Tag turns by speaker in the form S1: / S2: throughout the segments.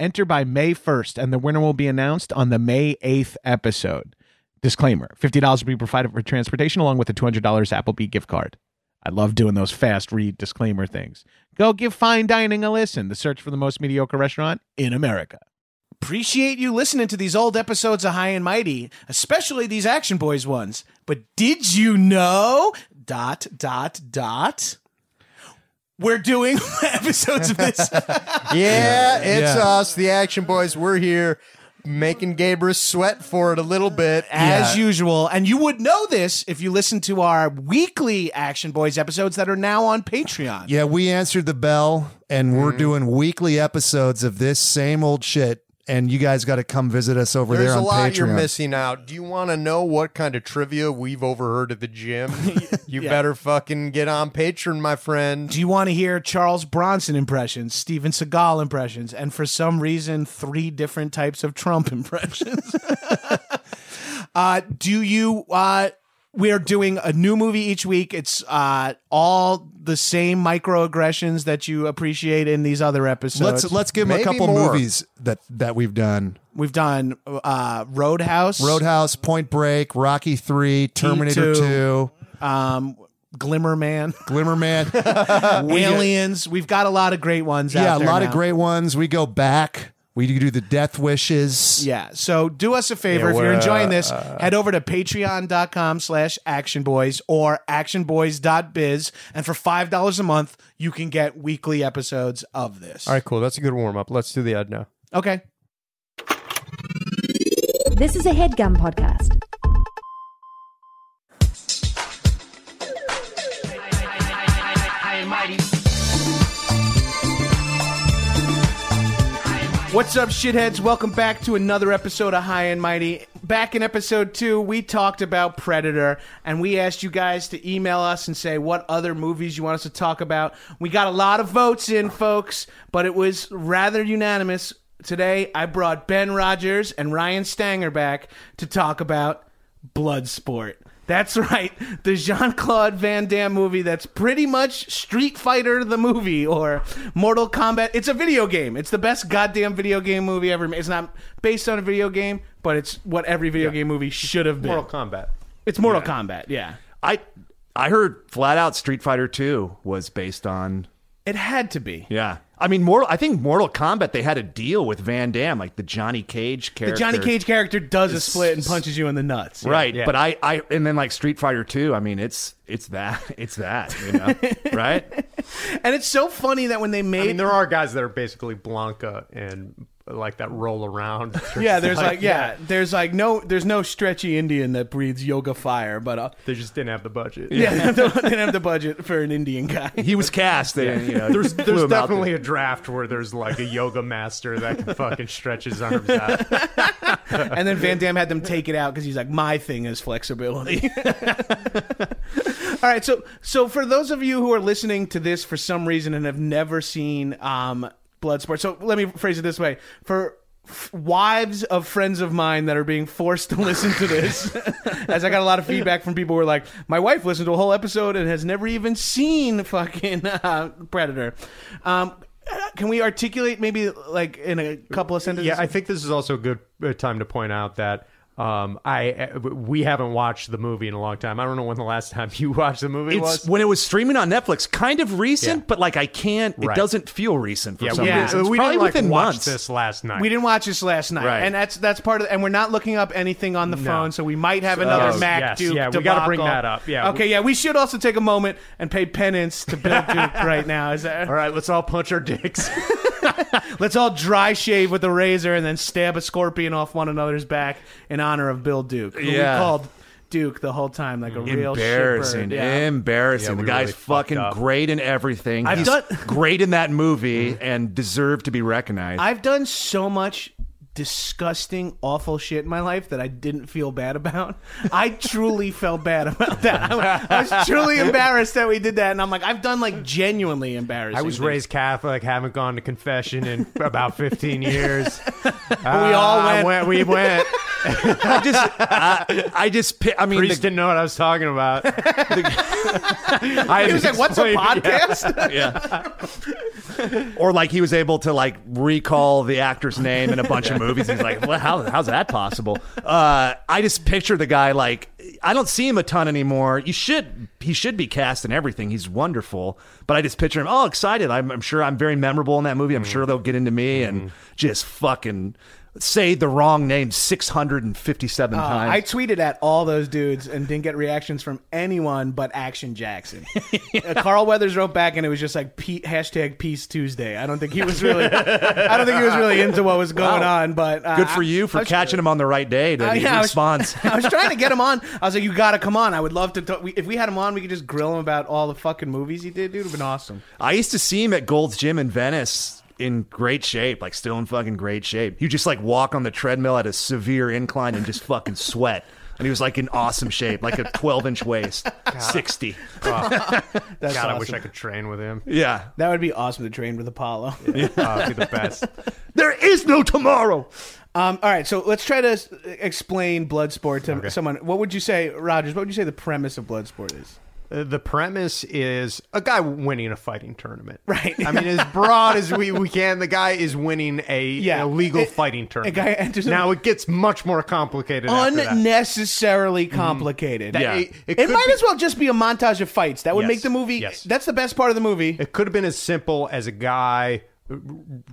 S1: Enter by May 1st, and the winner will be announced on the May 8th episode. Disclaimer $50 will be provided for transportation along with a $200 Applebee gift card. I love doing those fast read disclaimer things. Go give fine dining a listen, the search for the most mediocre restaurant in America. Appreciate you listening to these old episodes of High and Mighty, especially these Action Boys ones. But did you know? Dot, dot, dot. We're doing episodes of this.
S2: Yeah, it's
S3: Yeah.
S2: us, the Action Boys. We're here making Gabrus sweat for it a little bit.
S1: as
S2: Yeah.
S1: usual. And you would know this if you listen to our weekly Action Boys episodes that are now on Patreon.
S3: Yeah, we answered the bell and
S2: Mm-hmm.
S3: we're doing weekly episodes of this same old shit. And you guys got to come visit us over
S2: there's
S3: there
S2: a
S3: on
S2: lot
S3: Patreon.
S2: you're missing out. Do you want to know what kind of trivia we've overheard at the gym? you better fucking get on Patreon, my friend.
S1: Do you want to hear Charles Bronson impressions, Steven Seagal impressions, and for some reason, three different types of Trump impressions? uh, do you? Uh, we are doing a new movie each week. It's uh, all the same microaggressions that you appreciate in these other episodes.
S3: Let's let's give them a
S2: Maybe
S3: couple
S2: more.
S3: movies that that we've done:
S1: We've done uh, Roadhouse,
S3: Roadhouse, Point Break, Rocky Three, Terminator Two,
S1: um, Glimmer Man,
S3: Glimmer Man.
S1: Aliens. We've got a lot of great ones.
S3: yeah, a
S1: out there
S3: lot of
S1: now.
S3: great ones. We go back. We do the Death Wishes.
S1: Yeah. So do us a favor.
S2: Yeah,
S1: if you're
S2: we're,
S1: enjoying
S2: uh,
S1: this, head over to patreon.com slash actionboys or actionboys.biz. And for $5 a month, you can get weekly episodes of this.
S2: All right, cool. That's a good warm up. Let's do the ad now.
S1: Okay.
S4: This is a headgum podcast.
S1: What's up, shitheads? Welcome back to another episode of High and Mighty. Back in episode two, we talked about Predator, and we asked you guys to email us and say what other movies you want us to talk about. We got a lot of votes in, folks, but it was rather unanimous. Today, I brought Ben Rogers and Ryan Stanger back to talk about Bloodsport. That's right, the Jean Claude Van Damme movie that's pretty much Street Fighter the movie or Mortal Kombat. It's a video game. It's the best goddamn video game movie ever made. It's not based on a video game, but it's what every video game movie should have been.
S2: Mortal Kombat.
S1: it's Mortal Kombat, yeah.
S5: I I heard flat out Street Fighter 2 was based on
S1: It had to be.
S5: yeah. I mean, Mortal. I think Mortal Kombat. They had a deal with Van Damme, like the Johnny Cage
S1: The
S5: character.
S1: Johnny Cage character does a split and punches you in the nuts.
S5: right? But I, I, and then like Street Fighter 2. I mean, it's it's that, it's that, you know, right?
S1: And it's so funny that when they made
S2: I mean, there are guys that are basically Blanca and like that roll around.
S1: yeah, there's like, yeah, there's like no, there's no stretchy Indian that breathes yoga fire, but uh,
S2: They just didn't have the budget.
S1: yeah, they didn't have the budget for an Indian guy.
S5: He was cast. They, you know,
S2: There's,
S5: flew
S2: there's
S5: him out
S2: definitely
S5: there.
S2: a draft where there's like a yoga master that can fucking stretch his arms out.
S1: And then Van Damme had them take it out because he's like, my thing is flexibility. All right, so so for those of you who are listening to this for some reason and have never seen um, Bloodsport, so let me phrase it this way: for f- wives of friends of mine that are being forced to listen to this, as I got a lot of feedback from people who were like, my wife listened to a whole episode and has never even seen fucking uh, Predator. Um, can we articulate maybe like in a couple of sentences?
S2: Yeah, I think this is also a good uh, time to point out that uh,
S6: Um, I uh, we haven't watched the movie in a long time. I don't know when the last time you watched the movie
S5: It's
S6: was.
S5: when it was streaming on Netflix, kind of recent,
S6: Yeah.
S5: but like I can't. It
S6: Right.
S5: doesn't feel recent for some
S6: yeah,
S5: reason. It's
S6: we
S5: probably
S6: didn't like
S5: within
S6: watch
S5: months.
S6: this last night.
S1: We didn't watch this last night,
S5: Right.
S1: and that's that's part of. And we're not looking up anything on the phone, so we might have another
S6: yes,
S1: Mac
S6: yes,
S1: Duke.
S6: yeah, we
S1: got
S6: gotta bring that up, yeah.
S1: Okay. Yeah. We should also take a moment and pay penance to Bill Duke right now. Is that?
S6: All right, let's all punch our dicks.
S1: Let's all dry shave with a razor and then stab a scorpion off one another's back in honor of Bill Duke. who
S5: Yeah.
S1: We called Duke the whole time like a real
S5: Embarrassing,
S1: shitbird. Yeah.
S5: embarrassing.
S6: Yeah, we
S5: the guy's
S6: really fucked
S5: fucking
S6: up.
S5: great in everything.
S1: I've
S5: He's
S1: done-
S5: great in that movie and deserved to be recognized.
S1: I've done so much disgusting, awful shit in my life that I didn't feel bad about. I truly felt bad about that. I, I was truly embarrassed that we did that, and I'm like, I've done like genuinely embarrassing.
S6: I was
S1: things.
S6: raised Catholic, haven't gone to confession in about 15 years.
S1: we all
S6: Uh, I
S1: went.
S6: We went.
S5: I just, I, I just, pi- I mean,
S6: Priest
S5: the,
S6: didn't know what I was talking about. I
S1: He was like, "What's a podcast?"
S5: or like he was able to like recall the actor's name in a bunch of movies. He's like, well, how, how's that possible? Uh, I just picture the guy like, I don't see him a ton anymore. You should, he should be cast in everything. He's wonderful, but I just picture him all excited. I'm, I'm sure I'm very memorable in that movie. I'm sure they'll get into me and just fucking say the wrong name 657
S1: Uh,
S5: times.
S1: I tweeted at all those dudes and didn't get reactions from anyone but Action Jackson. Uh, Carl Weathers wrote back and it was just like P- hashtag Peace Tuesday. I don't think he was really, I don't think he was really into what was going on. But uh,
S5: Good for you
S1: I
S5: for
S1: was-
S5: catching him on the right day to
S1: Uh, yeah, I was-
S5: response.
S1: I was trying to get him on. I was like, "You gotta come on. I would love to. Talk. We, if we had him on, we could just grill him about all the fucking movies he did. Dude, it'd been awesome.
S5: I used to see him at Gold's Gym in Venice in great shape, like still in fucking great shape. You just like walk on the treadmill at a severe incline and just fucking sweat. And he was like in awesome shape, like a 12 inch waist, 60.
S1: That's
S6: God, I
S1: awesome.
S6: wish I could train with him.
S5: Yeah.
S1: That would be awesome to train with Apollo.
S6: Oh, it'd be the best.
S5: There is no tomorrow.
S1: Um, all right, so let's try to s- explain Bloodsport to someone. What would you say, Rogers? What would you say the premise of Bloodsport is?
S6: Uh, The premise is a guy winning a fighting tournament.
S1: Right.
S6: I mean, as broad as we, we can, the guy is winning a
S1: Yeah.
S6: an illegal
S1: It-
S6: fighting tournament.
S1: guy enters a-
S6: now it gets much more complicated.
S2: Oh,
S6: after that. Mm-hmm.
S1: Unnecessarily complicated.
S6: That-
S5: Yeah.
S6: It, it
S1: It,
S6: could
S1: might
S6: be-
S1: as well just be a montage of fights. That would
S6: Yes.
S1: make the movie.
S6: Yes.
S1: That's the best part of the movie.
S6: It could have been as simple as a guy uh,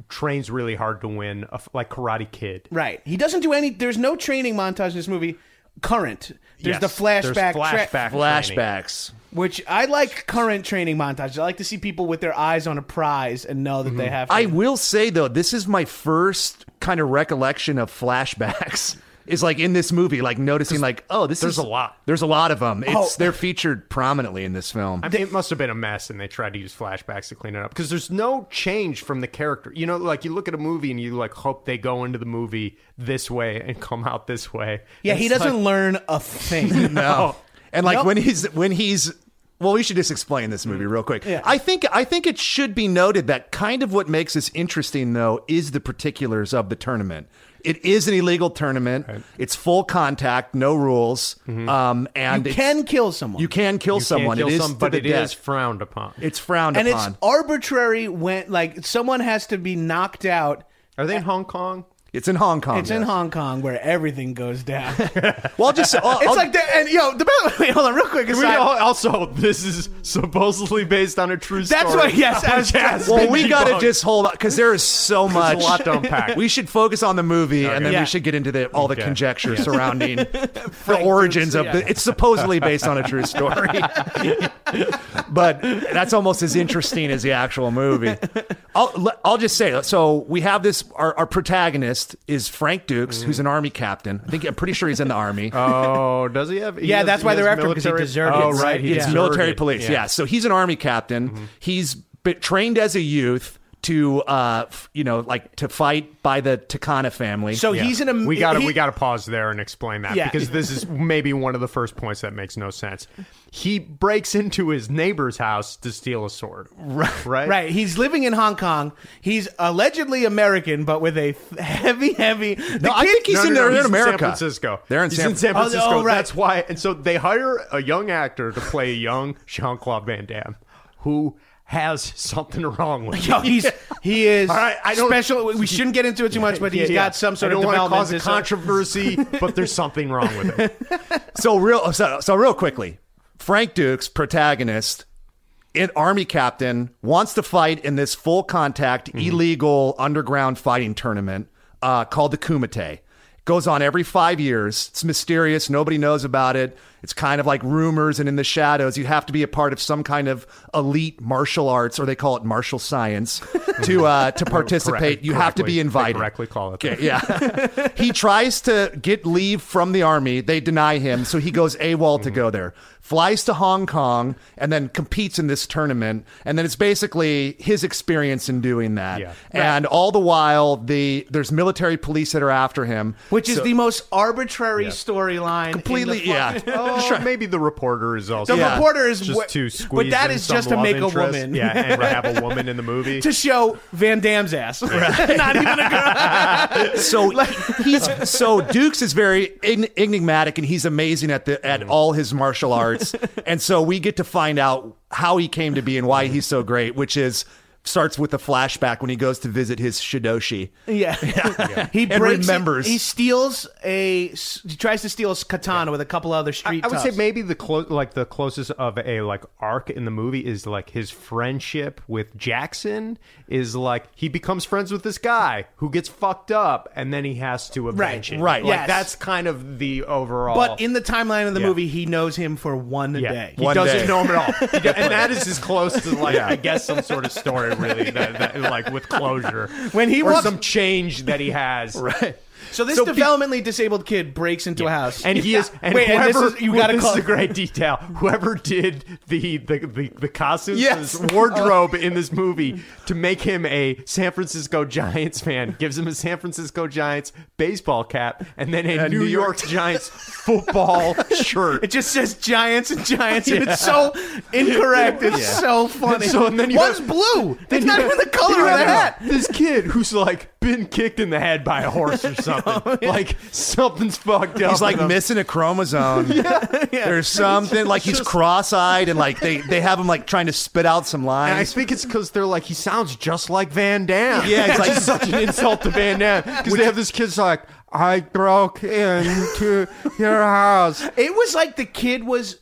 S6: trains really hard to win, a f like Karate Kid.
S1: Right. He doesn't do any. There's no training montage in this movie. Current. There's
S6: Yes.
S1: the flashback.
S6: There's
S1: tra-
S6: flashback. training.
S5: Flashbacks.
S1: which I like current training montages. I like to see people with their eyes on a prize and know that
S6: Mm-hmm.
S1: they have. To,
S5: I will say though, this is my first kind of recollection of flashbacks. Is like in this movie, like noticing, like, oh, this
S6: there's
S5: is
S6: a lot.
S5: There's a lot of them. It's
S1: Oh.
S5: they're featured prominently in this film.
S6: I mean, it must have been a mess, and they tried to use flashbacks to clean it up because there's no change from the character. You know, like you look at a movie and you like hope they go into the movie this way and come out this way.
S1: yeah,
S6: It's
S1: he doesn't
S6: like-
S1: learn a thing.
S5: No. And like
S1: Nope.
S5: when he's when he's well, we should just explain this
S1: Mm.
S5: movie real quick. I think I think it should be noted that kind of what makes this interesting though is the particulars of the tournament. It is an illegal tournament. It's full contact, no rules. Um, and
S1: Mm-hmm. You
S5: it's-
S1: can kill someone.
S5: you can kill
S6: you can't
S5: someone.
S6: kill
S5: it is
S6: some-
S5: to
S6: but
S5: the
S6: it is
S5: death.
S6: frowned upon.
S5: It's frowned
S1: and
S5: upon.
S1: it's arbitrary when like someone has to be knocked out.
S6: Are they in Hong Kong?
S5: It's in Hong Kong.
S1: It's in Hong Kong where everything goes down. it's
S5: Well, I'll just. I'll, I'll-
S1: like the and yo the wait hold on real quick.
S6: We
S1: aside-
S6: all- also, this is supposedly based on a true story.
S1: that's what yes I was just
S5: Well, we gotta
S6: debunked.
S5: just hold on because there is so much.
S6: a lot to unpack.
S5: We should focus on the movie, and then
S1: Yeah.
S5: we should get into the, all the
S6: Okay.
S5: conjecture surrounding the origins of
S1: yeah.
S5: the. It's supposedly based on a true story, but that's almost as interesting as the actual movie. I'll le- I'll just say so. We have this. Our, our protagonist is Frank Dukes, who's an army captain. I think I'm pretty sure he's in the army.
S6: Oh, does he have? he
S1: Yeah,
S6: has-
S1: that's why
S6: he has
S1: they're after him, 'cause he
S6: military-
S1: deserted.
S6: Oh,
S1: It's-
S6: right. he
S5: it's
S1: yeah.
S6: deserted.
S5: military police. Yeah. So he's an army captain.
S6: Mm-hmm.
S5: He's been trained as a youth to, uh, f- you know, like to fight by the Takana family.
S1: so
S6: Yeah.
S1: he's in a
S6: we got to
S1: he-
S6: we got to pause there and explain that
S1: Yeah.
S6: because this is maybe one of the first points that makes no sense. He breaks into his neighbor's house to steal a sword. Right. Right.
S1: Right. He's living in Hong Kong. He's allegedly American, but with a f- heavy, heavy.
S5: No, I think he's
S6: No,
S5: in,
S6: no, no,
S5: they're
S6: he's
S5: in America.
S6: San Francisco.
S5: They're in
S6: he's
S5: San
S6: in San
S1: Oh,
S6: Francisco.
S1: oh, right.
S6: That's why. And so they hire a young actor to play a young Jean Claude Van Damme, who has something wrong with him.
S1: Yo, he's he is
S6: All right, I don't-
S1: special. We shouldn't get into it too much, but
S6: Yeah,
S1: he's
S6: yeah.
S1: got some sort
S6: I don't
S1: of
S6: wanna
S1: development. uh,
S6: cause a controversy, but there's something wrong with it.
S5: So real so, so real quickly, Frank Dukes, protagonist, an army captain, wants to fight in this full contact
S6: Mm-hmm.
S5: illegal underground fighting tournament uh, called the Kumite. Goes on every five years. It's mysterious. Nobody knows about it. It's kind of like rumors and in the shadows. You have to be a part of some kind of elite martial arts, or they call it martial science, to uh, to participate. You have to
S6: Correctly-
S5: be
S6: they
S5: invited.
S6: Correctly call it. that.
S5: Okay, yeah. he tries to get leave from the army. They deny him, so he goes AWOL to go there. Flies to Hong Kong and then competes in this tournament. And then it's basically his experience in doing that.
S6: Yeah.
S5: And all the while, the there's military police that are after him.
S1: Which is
S5: So-
S1: the most arbitrary storyline. in
S5: completely,
S1: the fu-
S5: yeah.
S6: Oh, maybe the reporter is also
S1: The
S5: Yeah.
S1: reporter is
S6: just
S1: wha-
S6: to squeeze.
S1: but that
S6: in
S1: is
S6: some
S1: just to
S6: love
S1: make a
S6: interest.
S1: woman.
S6: Yeah, and have a woman in the movie.
S1: to show Van Damme's ass. Not even a
S5: so he's so Dukes is very en- enigmatic and he's amazing at the
S6: Mm.
S5: at all his martial arts. and so we get to find out how he came to be and why he's so great, which is starts with a flashback when he goes to visit his Shidoshi.
S1: Yeah. He
S5: And
S1: breaks it-
S5: remembers.
S1: He steals a. s- He tries to steal a katana with a couple other
S6: I,
S1: street.
S6: I would say
S1: toughs.
S6: maybe the clo- like the closest of a like arc in the movie is like his friendship with Jackson is like he becomes friends with this guy who gets fucked up and then he has to avenge
S1: Right,
S6: him.
S5: right.
S6: Like
S1: Yes.
S6: that's kind of the overall.
S1: But in the timeline of the
S6: Yeah.
S1: movie, he knows him for one
S6: yeah,
S1: day.
S6: he
S5: One
S6: doesn't
S5: day.
S6: know him at all, He do- and that is as close to like I guess some sort of story really that, that, like with closure
S1: When he
S6: or
S1: walks-
S6: some change that he has. Right.
S1: So this
S6: So be-
S1: developmentally disabled kid breaks into a house,
S6: and he is and
S1: Wait, and this
S6: whoever
S1: is- you gotta
S6: this
S1: call-
S6: is a great detail whoever did the the the, the costumes
S5: Yes.
S6: his wardrobe in this movie to make him a San Francisco Giants fan gives him a San Francisco Giants baseball cap and then a, New,
S5: New
S6: York, Giants football shirt
S1: It just says giants and giants, and it's so incorrect. It's so funny.
S6: So, and then you
S1: one's
S6: have-
S1: blue.
S6: Then
S1: It's not
S6: you-
S1: even the
S6: then
S1: color
S6: you
S1: of the
S6: have
S1: hat.
S6: This kid who's like been kicked in the head by a horse or something. Like something's fucked up.
S5: He's like
S6: with him.
S5: missing a chromosome. There's something like he's cross-eyed and like they they have him like trying to spit out some
S6: And I
S5: lines.
S6: think it's because they're like, he sounds just like Van Damme.
S5: Yeah, it's
S6: it's
S5: like-
S6: like such an insult to Van Damme. Because they have this kid's like, I broke into your house.
S1: It was like the kid was.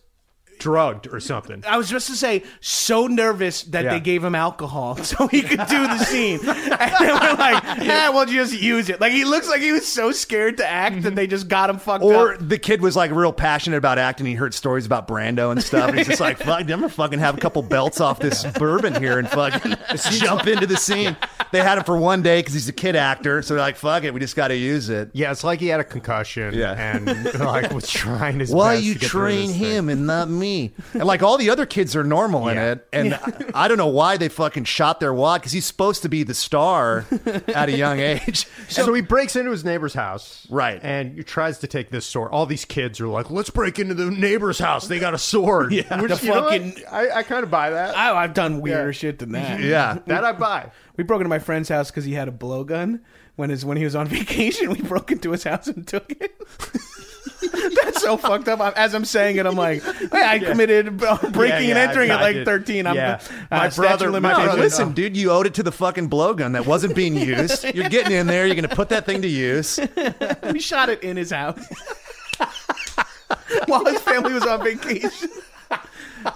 S6: Drugged or something.
S1: I was just to say, so nervous that
S6: Yeah.
S1: they gave him alcohol so he could do the scene, and they were like, "Yeah, we'll just use it." Like he looks like he was so scared to act that they just got him fucked
S5: Or
S1: up.
S5: the kid was like real passionate about acting. He heard stories about Brando and stuff. He's just like, "Fuck, I'm gonna fucking have a couple belts off this bourbon here and fucking jump into the scene." They had him for one day because he's a kid actor, so they're like, "Fuck it, we just got to use it."
S6: Yeah, it's like he had a concussion
S5: Yeah.
S6: and like was trying his
S5: Why
S6: best
S5: you
S6: to get through
S5: train
S6: this thing.
S5: him and not me? And like all the other kids are normal in
S6: Yeah.
S5: it, and I, I don't know why they fucking shot their wad because he's supposed to be the star at a young age.
S6: So, he breaks into his neighbor's house.
S5: Right.
S6: And he tries to take this sword. All these kids are like, let's break into the neighbor's house. They got a sword. yeah. Which,
S1: The
S6: you know what?
S1: fucking-
S6: I, I kind of buy that.
S1: I, I've done weirder shit than that.
S5: Yeah,
S6: that I buy.
S1: We broke into my friend's house because he had a blowgun. When his when he was on vacation, we broke into his house and took it. That's so fucked up. I'm, as I'm saying it, I'm like, hey, I committed b- breaking and
S6: yeah,
S1: entering
S6: I-
S1: at
S6: I
S1: like
S6: did.
S1: 13. I'm
S6: Yeah.
S1: uh,
S6: My
S1: statute of
S6: brother- my
S1: limitations.
S5: No,
S6: Occasionally.
S5: listen, dude, you owed it to the fucking blowgun that wasn't being used. You're getting in there. You're going to put that thing to use.
S1: we shot it in his house while his family was on vacation.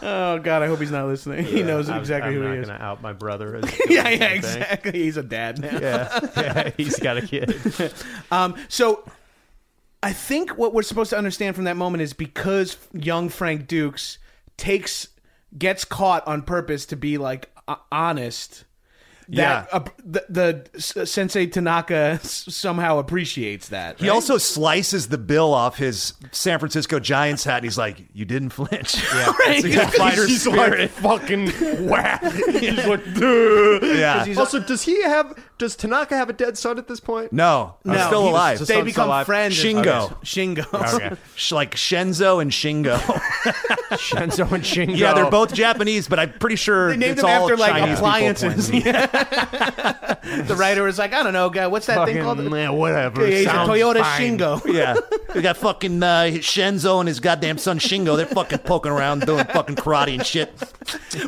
S1: Oh God, I hope he's not listening. he knows
S6: I'm-
S1: exactly
S6: I'm
S1: who
S6: not
S1: he is.
S6: Gonna out my brother. As
S1: Yeah, yeah,
S6: I think.
S1: exactly. He's a dad now.
S6: Yeah. yeah, he's got a kid.
S1: Um, so I think what we're supposed to understand from that moment is because young Frank Dukes takes gets caught on purpose to be like uh, honest. That
S5: Yeah.
S1: uh, the, the S- Sensei Tanaka s- somehow appreciates that.
S5: He also slices the bill off his San Francisco Giants hat, and he's like, "You didn't flinch." Yeah,
S1: Right.
S5: fighter
S6: he's
S5: spirit.
S6: like fucking whack. he's like, dude.
S5: Yeah.
S6: Also, does he have? Does Tanaka have a dead son at this point?
S5: no, I'm
S1: No,
S5: still
S1: he-
S5: alive.
S1: They
S6: son's
S1: become
S6: alive.
S1: friends.
S5: Shingo.
S1: Shingo.
S6: Okay.
S5: Sh- like Shenzo and Shingo.
S6: Shenzo and Shingo.
S5: yeah, they're both Japanese, but I'm pretty sure
S1: They named
S5: it's
S1: them
S5: all
S1: after like
S5: Chinese people
S1: appliances.
S5: playing.
S1: Yeah. the writer was like, I don't know, guy, what's that thing called?
S2: Fucking, eh, whatever.
S1: Yeah, he's a
S2: sounds
S1: Toyota
S2: fine.
S1: Shingo.
S5: Yeah, we got fucking uh, Shenzo and his goddamn son Shingo. They're fucking poking around doing fucking karate and shit.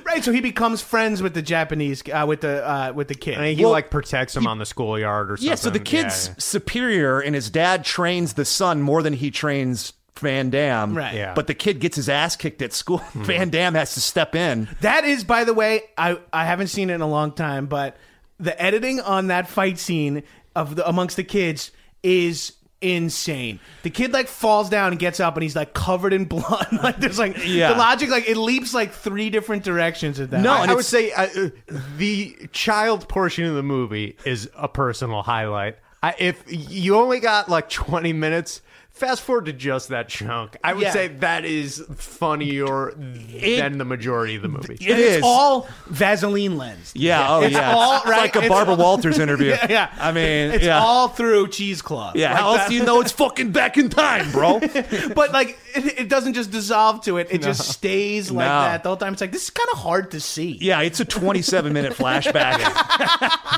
S1: Right, so he becomes friends with the Japanese uh, with the uh, with the kid.
S6: And he
S5: Well,
S6: like protects him on the schoolyard or something.
S5: Yeah, so the kid's superior, and his dad trains the son more than he trains Van Dam.
S1: Right. Yeah.
S5: But the kid gets his ass kicked at school. Van Dam has to step in.
S1: That is, by the way, I I haven't seen it in a long time, but the editing on that fight scene of the amongst the kids is insane. The kid like falls down and gets up, and he's like covered in blood. like there's like
S5: Yeah.
S1: the logic like it leaps like three different directions at that.
S5: No,
S1: I-
S5: and it's-
S6: I would say uh, uh, the child portion of the movie is a personal highlight. I, if you only got like 20 minutes, fast forward to just that chunk. I would
S1: Yeah.
S6: say that is funnier than the majority of the movie.
S5: It
S1: it's
S5: is.
S1: all Vaseline lens.
S5: yeah. Oh,
S1: It's
S5: yeah.
S1: all-
S5: it's
S1: right,
S5: like a
S1: it's
S5: Barbara
S1: all-
S5: Walters interview.
S1: Yeah, yeah.
S5: I mean,
S1: it's
S5: yeah.
S1: all through cheesecloth.
S5: yeah. How else do you know it's fucking back in time, bro?
S1: but like it, it doesn't just dissolve to it; it just stays like
S5: No.
S1: that the whole time. It's like this is kind of hard to see.
S5: yeah, it's a 27 minute flashback.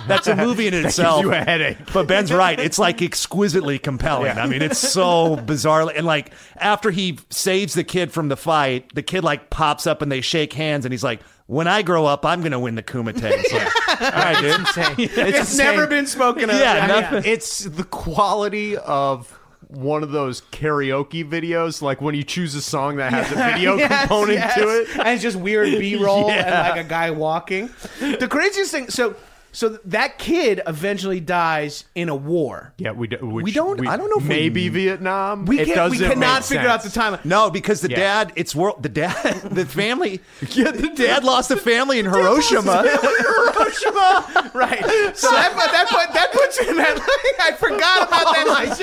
S5: That's a movie in itself.
S6: you a headache.
S5: But Ben's right. It's like exquisitely compelling. I mean, it's so bizarrely and like after he saves the kid from the fight, the kid like pops up and they shake hands and he's like, "When I grow up, I'm gonna win the Kumite." It's like, all right, dude.
S1: It's, never been spoken of.
S5: Yeah, nothing.
S6: It's the quality of one of those karaoke videos, like when you choose a song that has a video
S1: Yes,
S6: component
S1: yes.
S6: to it.
S1: and it's just weird b-roll
S6: Yeah.
S1: and like a guy walking the craziest thing so so that kid eventually dies in a war
S6: Yeah, we, do, which
S5: We don't- I don't know if we-
S6: maybe Vietnam.
S1: we,
S6: it
S1: can't, we
S6: doesn't
S1: cannot
S6: make
S1: figure out the
S6: sense.
S1: time
S5: No, because the
S6: Yeah.
S5: dad, it's world. The dad, the family.
S6: Yeah, the
S5: the dad lost a family in Hiroshima.
S1: Hiroshima, right? So that put, that put, that puts in that. I forgot about that.
S6: Oh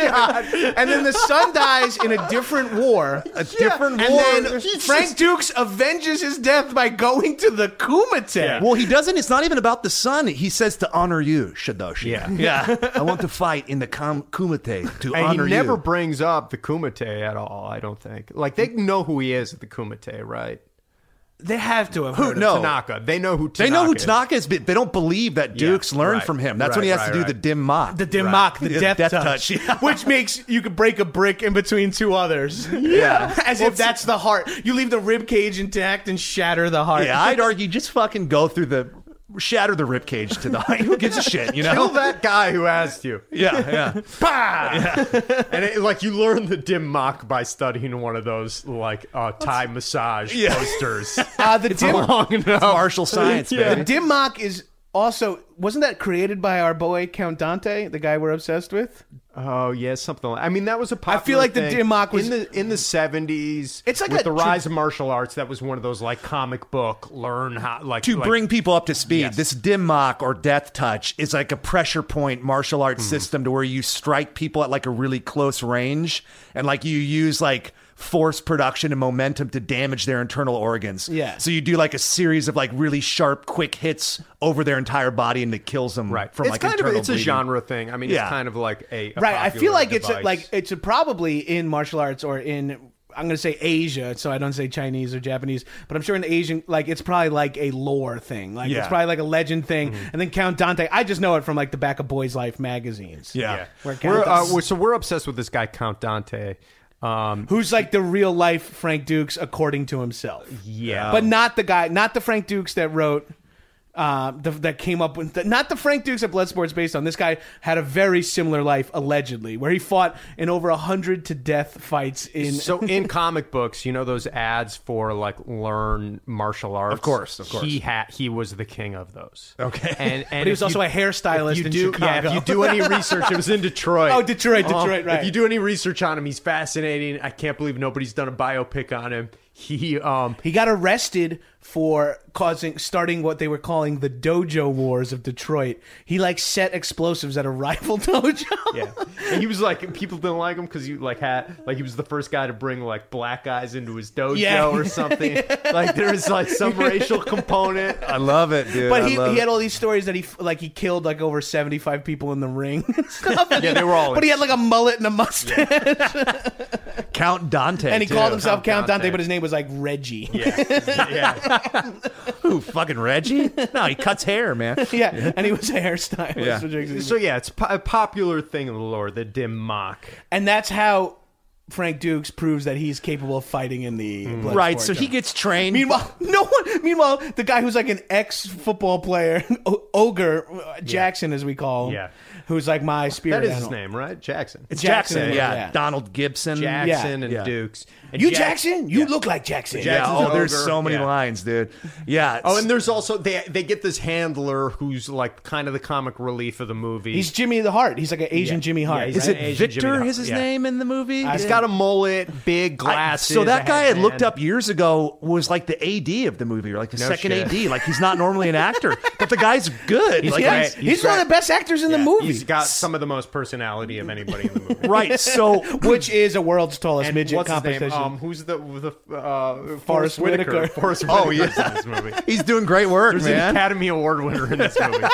S1: shit. And then the son dies in a different war.
S5: A different
S1: and
S5: war.
S1: then Frank Dukes avenges his death by going to the Kumite.
S5: Well, he doesn't. It's not even about the son. He says to honor you, Shidoshi.
S6: Yeah.
S5: yeah. I want to fight in the Kam- Kumite to
S6: And
S5: honor
S6: he never
S5: you.
S6: brings up the Kumite at all. I don't think. Like they know who he is at the Kumite, right?
S1: They have to have heard of
S5: No.
S6: Tanaka. Oh. They know who. Tanaka
S5: They know who
S6: is.
S5: Tanaka is, but they don't believe that Dukes learned
S6: right,
S5: from him. That's when
S6: right,
S5: he has
S6: right,
S5: to do
S6: right.
S5: the dim mock.
S1: The Dimmock, the
S5: Yeah,
S1: death,
S5: death
S1: touch,
S5: touch, yeah.
S1: which makes you could break a brick in between two others. Yeah, as if that's the heart. You leave the rib cage intact and shatter the heart.
S5: yeah, I'd argue just fucking go through the shatter the ribcage to the who gives a shit, you
S6: Kill
S5: know?
S6: that guy who asked you.
S5: Yeah, yeah.
S6: Bah! and it, like you learn the dim mock by studying one of those like uh, Thai massage
S5: Yeah.
S6: posters.
S1: uh, the dim,
S6: Long enough.
S5: Martial science,
S1: the
S5: baby.
S1: Dimmock is also wasn't that created by our boy Count Dante, the guy we're obsessed with?
S6: Oh yeah, something. like I mean, that was a popular.
S1: feel like the
S6: thing.
S1: Dimmock was-
S6: in the in the seventies.
S1: It's like
S6: with
S1: a
S6: the
S1: tra-
S6: rise of martial arts. That was one of those like comic book learn how like
S5: To
S6: like-
S5: bring people up to speed, this dim mock or death touch is like a pressure point martial
S6: Hmm.
S5: arts system to where you strike people at like a really close range and like you use like force production and momentum to damage their internal organs.
S1: Yeah.
S5: So you do like a series of like really sharp, quick hits over their entire body and it kills them
S6: right
S5: from
S6: it's
S5: like
S6: kind of
S5: internal
S6: it's a
S5: bleeding.
S6: genre thing. I mean,
S5: Yeah.
S6: it's kind of like a, a
S1: right. I feel
S6: popular
S1: like it's a,
S6: device.
S1: like it's a, probably in martial arts or in. I'm going to say Asia, so I don't say Chinese or Japanese, but I'm sure in Asian, like it's probably like a lore thing, like it's
S5: Yeah.
S1: probably like a legend thing.
S6: Mm-hmm.
S1: And then Count Dante, I just know it from like the back of Boys Life magazines.
S5: Yeah.
S1: Where Count
S6: We're, uh,
S1: Dante-
S6: we're, so we're obsessed with this guy Count Dante. Um,
S1: who's like the real life Frank Dukes according to himself.
S6: yeah,
S1: but not the guy, not the Frank Dukes that wrote. Uh, the, that came up with not the Frank Dukes that Bloodsport's based on. This guy had a very similar life allegedly, where he fought in over a hundred to death fights in.
S6: so in comic books, you know those ads for like learn martial arts. Of
S5: course, of course.
S6: He had he was the king of those.
S5: Okay.
S6: and, and
S1: but he was
S6: if
S1: also
S6: you-
S1: a hairstylist
S6: if you
S1: in
S6: do,
S1: Chicago.
S6: Yeah, if you do any research, it was in Detroit.
S1: Oh,
S6: Um,
S1: Detroit, Detroit, right.
S6: If you do any research on him, he's fascinating. I can't believe nobody's done a biopic on him. He um
S1: he got arrested for causing starting what they were calling the dojo wars of Detroit. He like set explosives at a rival dojo.
S6: Yeah, and he was like, people didn't like him because he like had like he was the first guy to bring like black guys into his dojo
S1: Yeah.
S6: or something. Like there was like some racial component.
S5: I love it, dude.
S1: But
S5: I
S1: he,
S5: love
S1: he
S5: it.
S1: had all these stories that he f- like he killed like over seventy five people in the ring and stuff.
S6: Yeah, they were all.
S1: But he had like a mullet and a mustache.
S5: Count Dante.
S1: and he
S5: too.
S1: called himself Count
S6: Count
S1: Dante,
S6: Dante.
S1: but his name was like Reggie. Yeah,
S5: Who, fucking Reggie? No, he cuts hair, man.
S1: and he was a hairstylist.
S5: Yeah.
S1: which makes it-
S6: So yeah, it's po- a popular thing in the lore, the dim mock.
S1: and that's how Frank Dukes proves that he's capable of fighting in the
S6: Mm.
S1: blood
S5: Right, so
S1: sport
S5: he
S1: genre.
S5: gets trained.
S1: Meanwhile, no one. Meanwhile, the guy who's like an ex football player, O- Ogre uh, Jackson, as we call him,
S6: Yeah.
S1: who's like my spirit.
S6: That is his
S1: animal.
S6: name, right? Jackson.
S5: it's
S1: Jackson,
S5: Jackson,
S1: yeah.
S5: yeah. Donald Gibson.
S6: Jackson
S1: Yeah.
S6: and
S5: Yeah.
S6: Dukes. And
S1: You
S6: Jack-
S1: Jackson? You look like Jackson.
S5: Yeah,
S6: Jackson's
S5: oh,
S6: an
S5: there's
S6: ogre.
S5: so many
S6: Yeah.
S5: lines, dude. Yeah.
S6: Oh, and there's also they they get this handler who's like kind of the comic relief of the movie.
S1: He's Jimmy the Heart. He's like an Asian
S6: Yeah.
S1: Jimmy
S6: Yeah,
S1: Hart.
S6: he's
S5: is
S1: right?
S5: it
S6: an Asian Jimmy
S5: Victor?
S6: Hart,
S5: Is his
S6: yeah.
S5: name in the movie?
S6: he's got a mullet, big
S5: I-
S6: glasses.
S5: so that
S6: a
S5: guy I looked
S6: headband.
S5: up years ago was like the AD of the movie, or like the
S6: No
S5: second
S6: shit.
S5: AD. Like he's not normally an actor, but the guy's good. like,
S1: yeah,
S6: great.
S1: he's,
S6: He's
S1: he's one of
S6: great.
S1: the best actors in the
S6: Yeah,
S1: movie.
S6: He's got some of the most personality of anybody in the movie.
S5: Right. So
S1: which is a world's tallest
S6: And
S1: midget
S6: what's his name?
S1: competition.
S6: Um, who's the the uh,
S1: Forrest
S6: Forrest Whitaker?
S1: Whitaker.
S6: Forrest
S5: Oh,
S6: Whitaker's in this movie.
S5: he's doing great work,
S6: There's an
S5: man.
S6: Academy Award winner in this movie.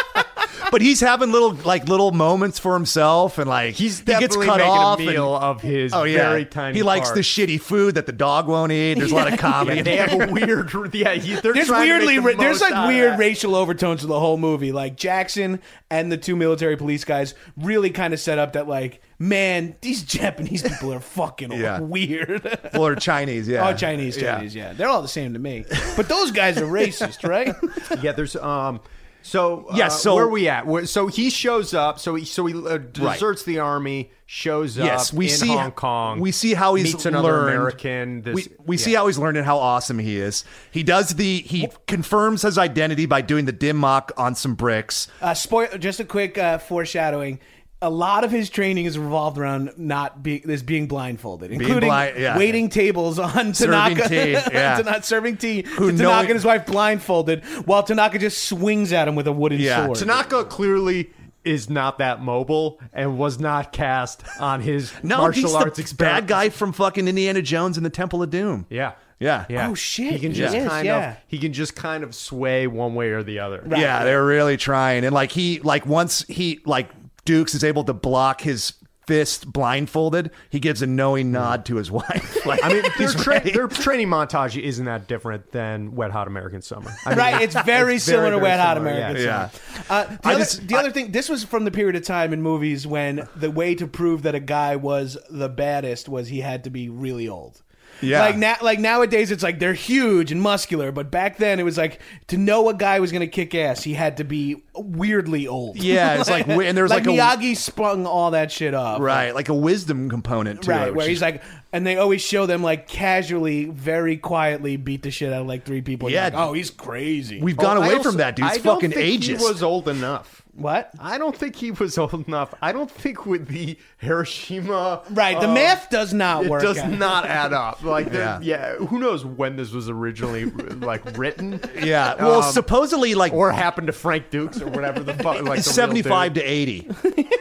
S5: but he's having little like little moments for himself, and like
S6: He's
S5: he gets
S6: definitely
S5: cut
S6: making
S5: off.
S6: a
S5: and-
S6: meal of his
S5: oh yeah,
S6: very tiny.
S5: he likes
S6: part.
S5: the shitty food that the dog won't eat. There's a lot of comedy.
S6: Yeah, they have a weird. Yeah, he, they're
S1: there's
S6: trying to make
S1: weirdly
S6: the
S1: ra- there's
S6: most out
S1: like
S6: of
S1: weird
S6: that.
S1: racial overtones to the whole movie. Like Jackson and the two military police guys really kind of set up that like, man, these Japanese people are fucking
S5: Yeah.
S1: weird.
S5: or Chinese, yeah.
S1: oh, Chinese, Chinese, yeah. they're all the same to me. But those guys are racist, right?
S6: Yeah, there's um. So uh,
S5: Yeah, so-
S6: where are we at? Where, so he shows up. So he so he uh, deserts the army. Shows
S5: Yes,
S6: up.
S5: we
S6: in
S5: see
S6: Hong Kong.
S5: We see how he's
S6: meets another
S5: learned.
S6: American. This,
S5: we we
S6: yeah.
S5: see how he's learned and how awesome he is. He does the he confirms his identity by doing the dim mock on some bricks.
S1: Uh, spoil. Just a quick uh, foreshadowing. A lot of his training is revolved around not being is being blindfolded, including
S5: blind- yeah.
S1: waiting tables on Tanaka,
S5: tea, yeah.
S1: to not serving tea
S5: Who
S1: to
S5: know-
S1: Tanaka and his wife blindfolded, while Tanaka just swings at him with a wooden
S5: Yeah.
S1: sword.
S6: Tanaka clearly is not that mobile and was not cast on his
S5: No,
S6: martial
S5: he's
S6: arts
S5: the
S6: experience.
S5: bad guy from fucking Indiana Jones and the Temple of Doom.
S6: Yeah.
S5: Yeah.
S6: Yeah.
S1: Oh, shit,
S6: He can
S1: he
S6: just
S1: is,
S6: kind
S1: yeah.
S6: of he can just kind of sway one way or the other.
S5: Yeah, they're really trying. And like he like once he like Dukes is able to block his fist blindfolded, he gives a knowing nod to his wife. Like
S6: I mean, their,
S5: he's
S6: tra-
S5: ready.
S6: their training montage isn't that different than Wet Hot American Summer. I mean,
S1: Right, it's very similar to
S6: very
S1: Wet Hot
S6: similar, yeah.
S1: American
S5: Yeah.
S1: Summer. Uh, the
S5: I
S1: other,
S5: just-
S1: the other thing, this was from the period of time in movies when the way to prove that a guy was the baddest was he had to be really old.
S5: Yeah.
S1: Like now, like nowadays, it's like they're huge and muscular, but back then it was like to know a guy was going to kick ass, he had to be weirdly old.
S5: Yeah, it's like we- and there's like a-
S1: Miyagi sprung all that shit up,
S5: Right, like a wisdom component to
S1: Right,
S5: it.
S1: where
S5: which
S1: he's
S5: is-
S1: like, and they always show them like casually, very quietly beat the shit out of like three people. Yeah,
S5: Yeah.
S1: oh, he's crazy.
S5: We've gone
S6: Oh, I
S5: away
S6: also-
S5: from that, dude.
S6: I
S5: It's
S6: don't
S5: fucking
S6: think
S5: ages.
S6: He was old enough.
S1: what?
S6: I don't think he was old enough. I don't think with the Hiroshima.
S1: Right, the
S6: uh,
S1: math does not
S6: It
S1: work.
S6: does
S1: out.
S6: not add up. Like,
S5: Yeah.
S6: yeah. yeah, who knows when this was originally like written?
S5: yeah. Well,
S6: Um,
S5: supposedly like
S6: or happened to Frank Dukes or whatever the fuck. Like the real
S5: seventy-five
S6: dude.
S5: to eighty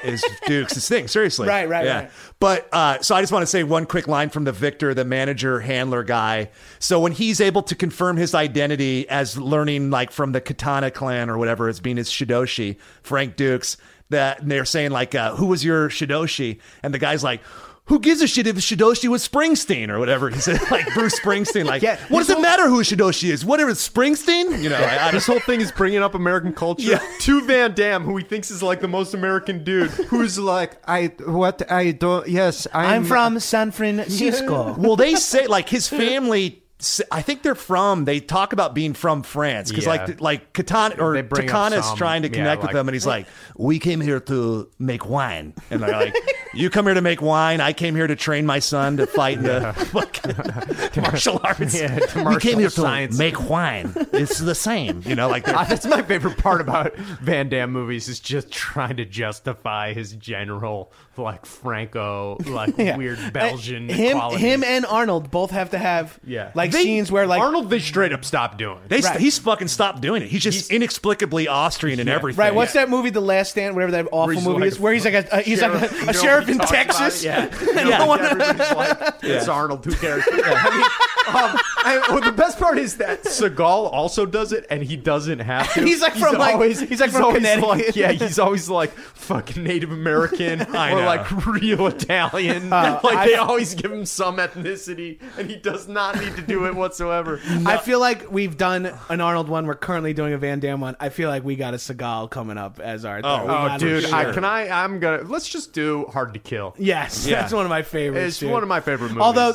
S5: is Duke's thing. Seriously,
S1: Right, right,
S5: yeah.
S1: right.
S5: But uh, so I just want to say one quick line from the Victor, the manager handler guy. So when he's able to confirm his identity as learning like from the Katana clan or whatever as being his Shidoshi, Frank Dukes, that and they're saying like, uh, "Who was your Shidoshi?" And the guy's like. Who gives a shit if Shidoshi was Springsteen or whatever? He said, like Bruce Springsteen. Like,
S6: Yeah,
S5: what
S6: his
S5: does it
S6: whole-
S5: matter who Shidoshi is? Whatever, Springsteen? You know, I- I
S6: this whole thing is bringing up American culture
S5: Yeah.
S6: to Van Damme, who he thinks is like the most American dude, who's like, I what I don't. Yes,
S1: I'm from San Francisco.
S5: well, they say like his family. s- I think they're from. They talk about being from France because
S6: Yeah.
S5: like like Katana or
S6: They bring up
S5: Takana's
S6: some-
S5: trying to
S6: yeah,
S5: connect with
S6: like-
S5: them, and he's like, "We came here to make wine," and they're like, "You come here to make wine. I came here to train my son to fight in the fucking martial arts.
S6: Yeah, to
S5: we came
S6: martial
S5: here
S6: science.
S5: to make wine. It's the same, you know. Like they're-
S6: Uh, that's my favorite part about Van Damme movies is just trying to justify his general like Franco like weird Belgian
S1: Uh, him,
S6: qualities.
S1: him, and Arnold both have to have
S6: yeah,
S1: like
S6: They-
S1: scenes where like
S6: Arnold they straight up stopped doing.
S5: they,
S1: Right.
S5: He's fucking stopped doing it. He's just inexplicably Austrian in everything.
S1: Right, what's that movie, The Last Stand, whatever that awful
S6: he's
S1: movie
S6: like
S1: is,
S6: a
S1: where he's like a, a he's like a, a
S6: Nobody
S1: sheriff in
S6: talks about it.
S1: Texas.
S6: Yeah,
S1: I don't
S6: yeah.
S1: wanna-
S6: everybody's like, it's Arnold. Who cares? I mean, Um, I, well, the best part is that Seagal also does it, and he doesn't have to.
S1: He's like from, like- he's like from
S6: always
S1: Connecticut.
S6: like- yeah, he's always like fucking Native American or
S5: know.
S6: like real Italian.
S1: Uh,
S6: like they always give him some ethnicity, and he does not need to do it whatsoever.
S1: I feel like we've done an Arnold one. We're currently doing a Van Damme one. I feel like we got a Seagal coming up as our. Oh,
S6: Oh, dude, I, can I? I'm gonna. Let's just do Hard to Kill.
S1: Yes, that's one of my favorites.
S6: It's
S1: dude.
S6: one of my favorite movies.
S1: Although,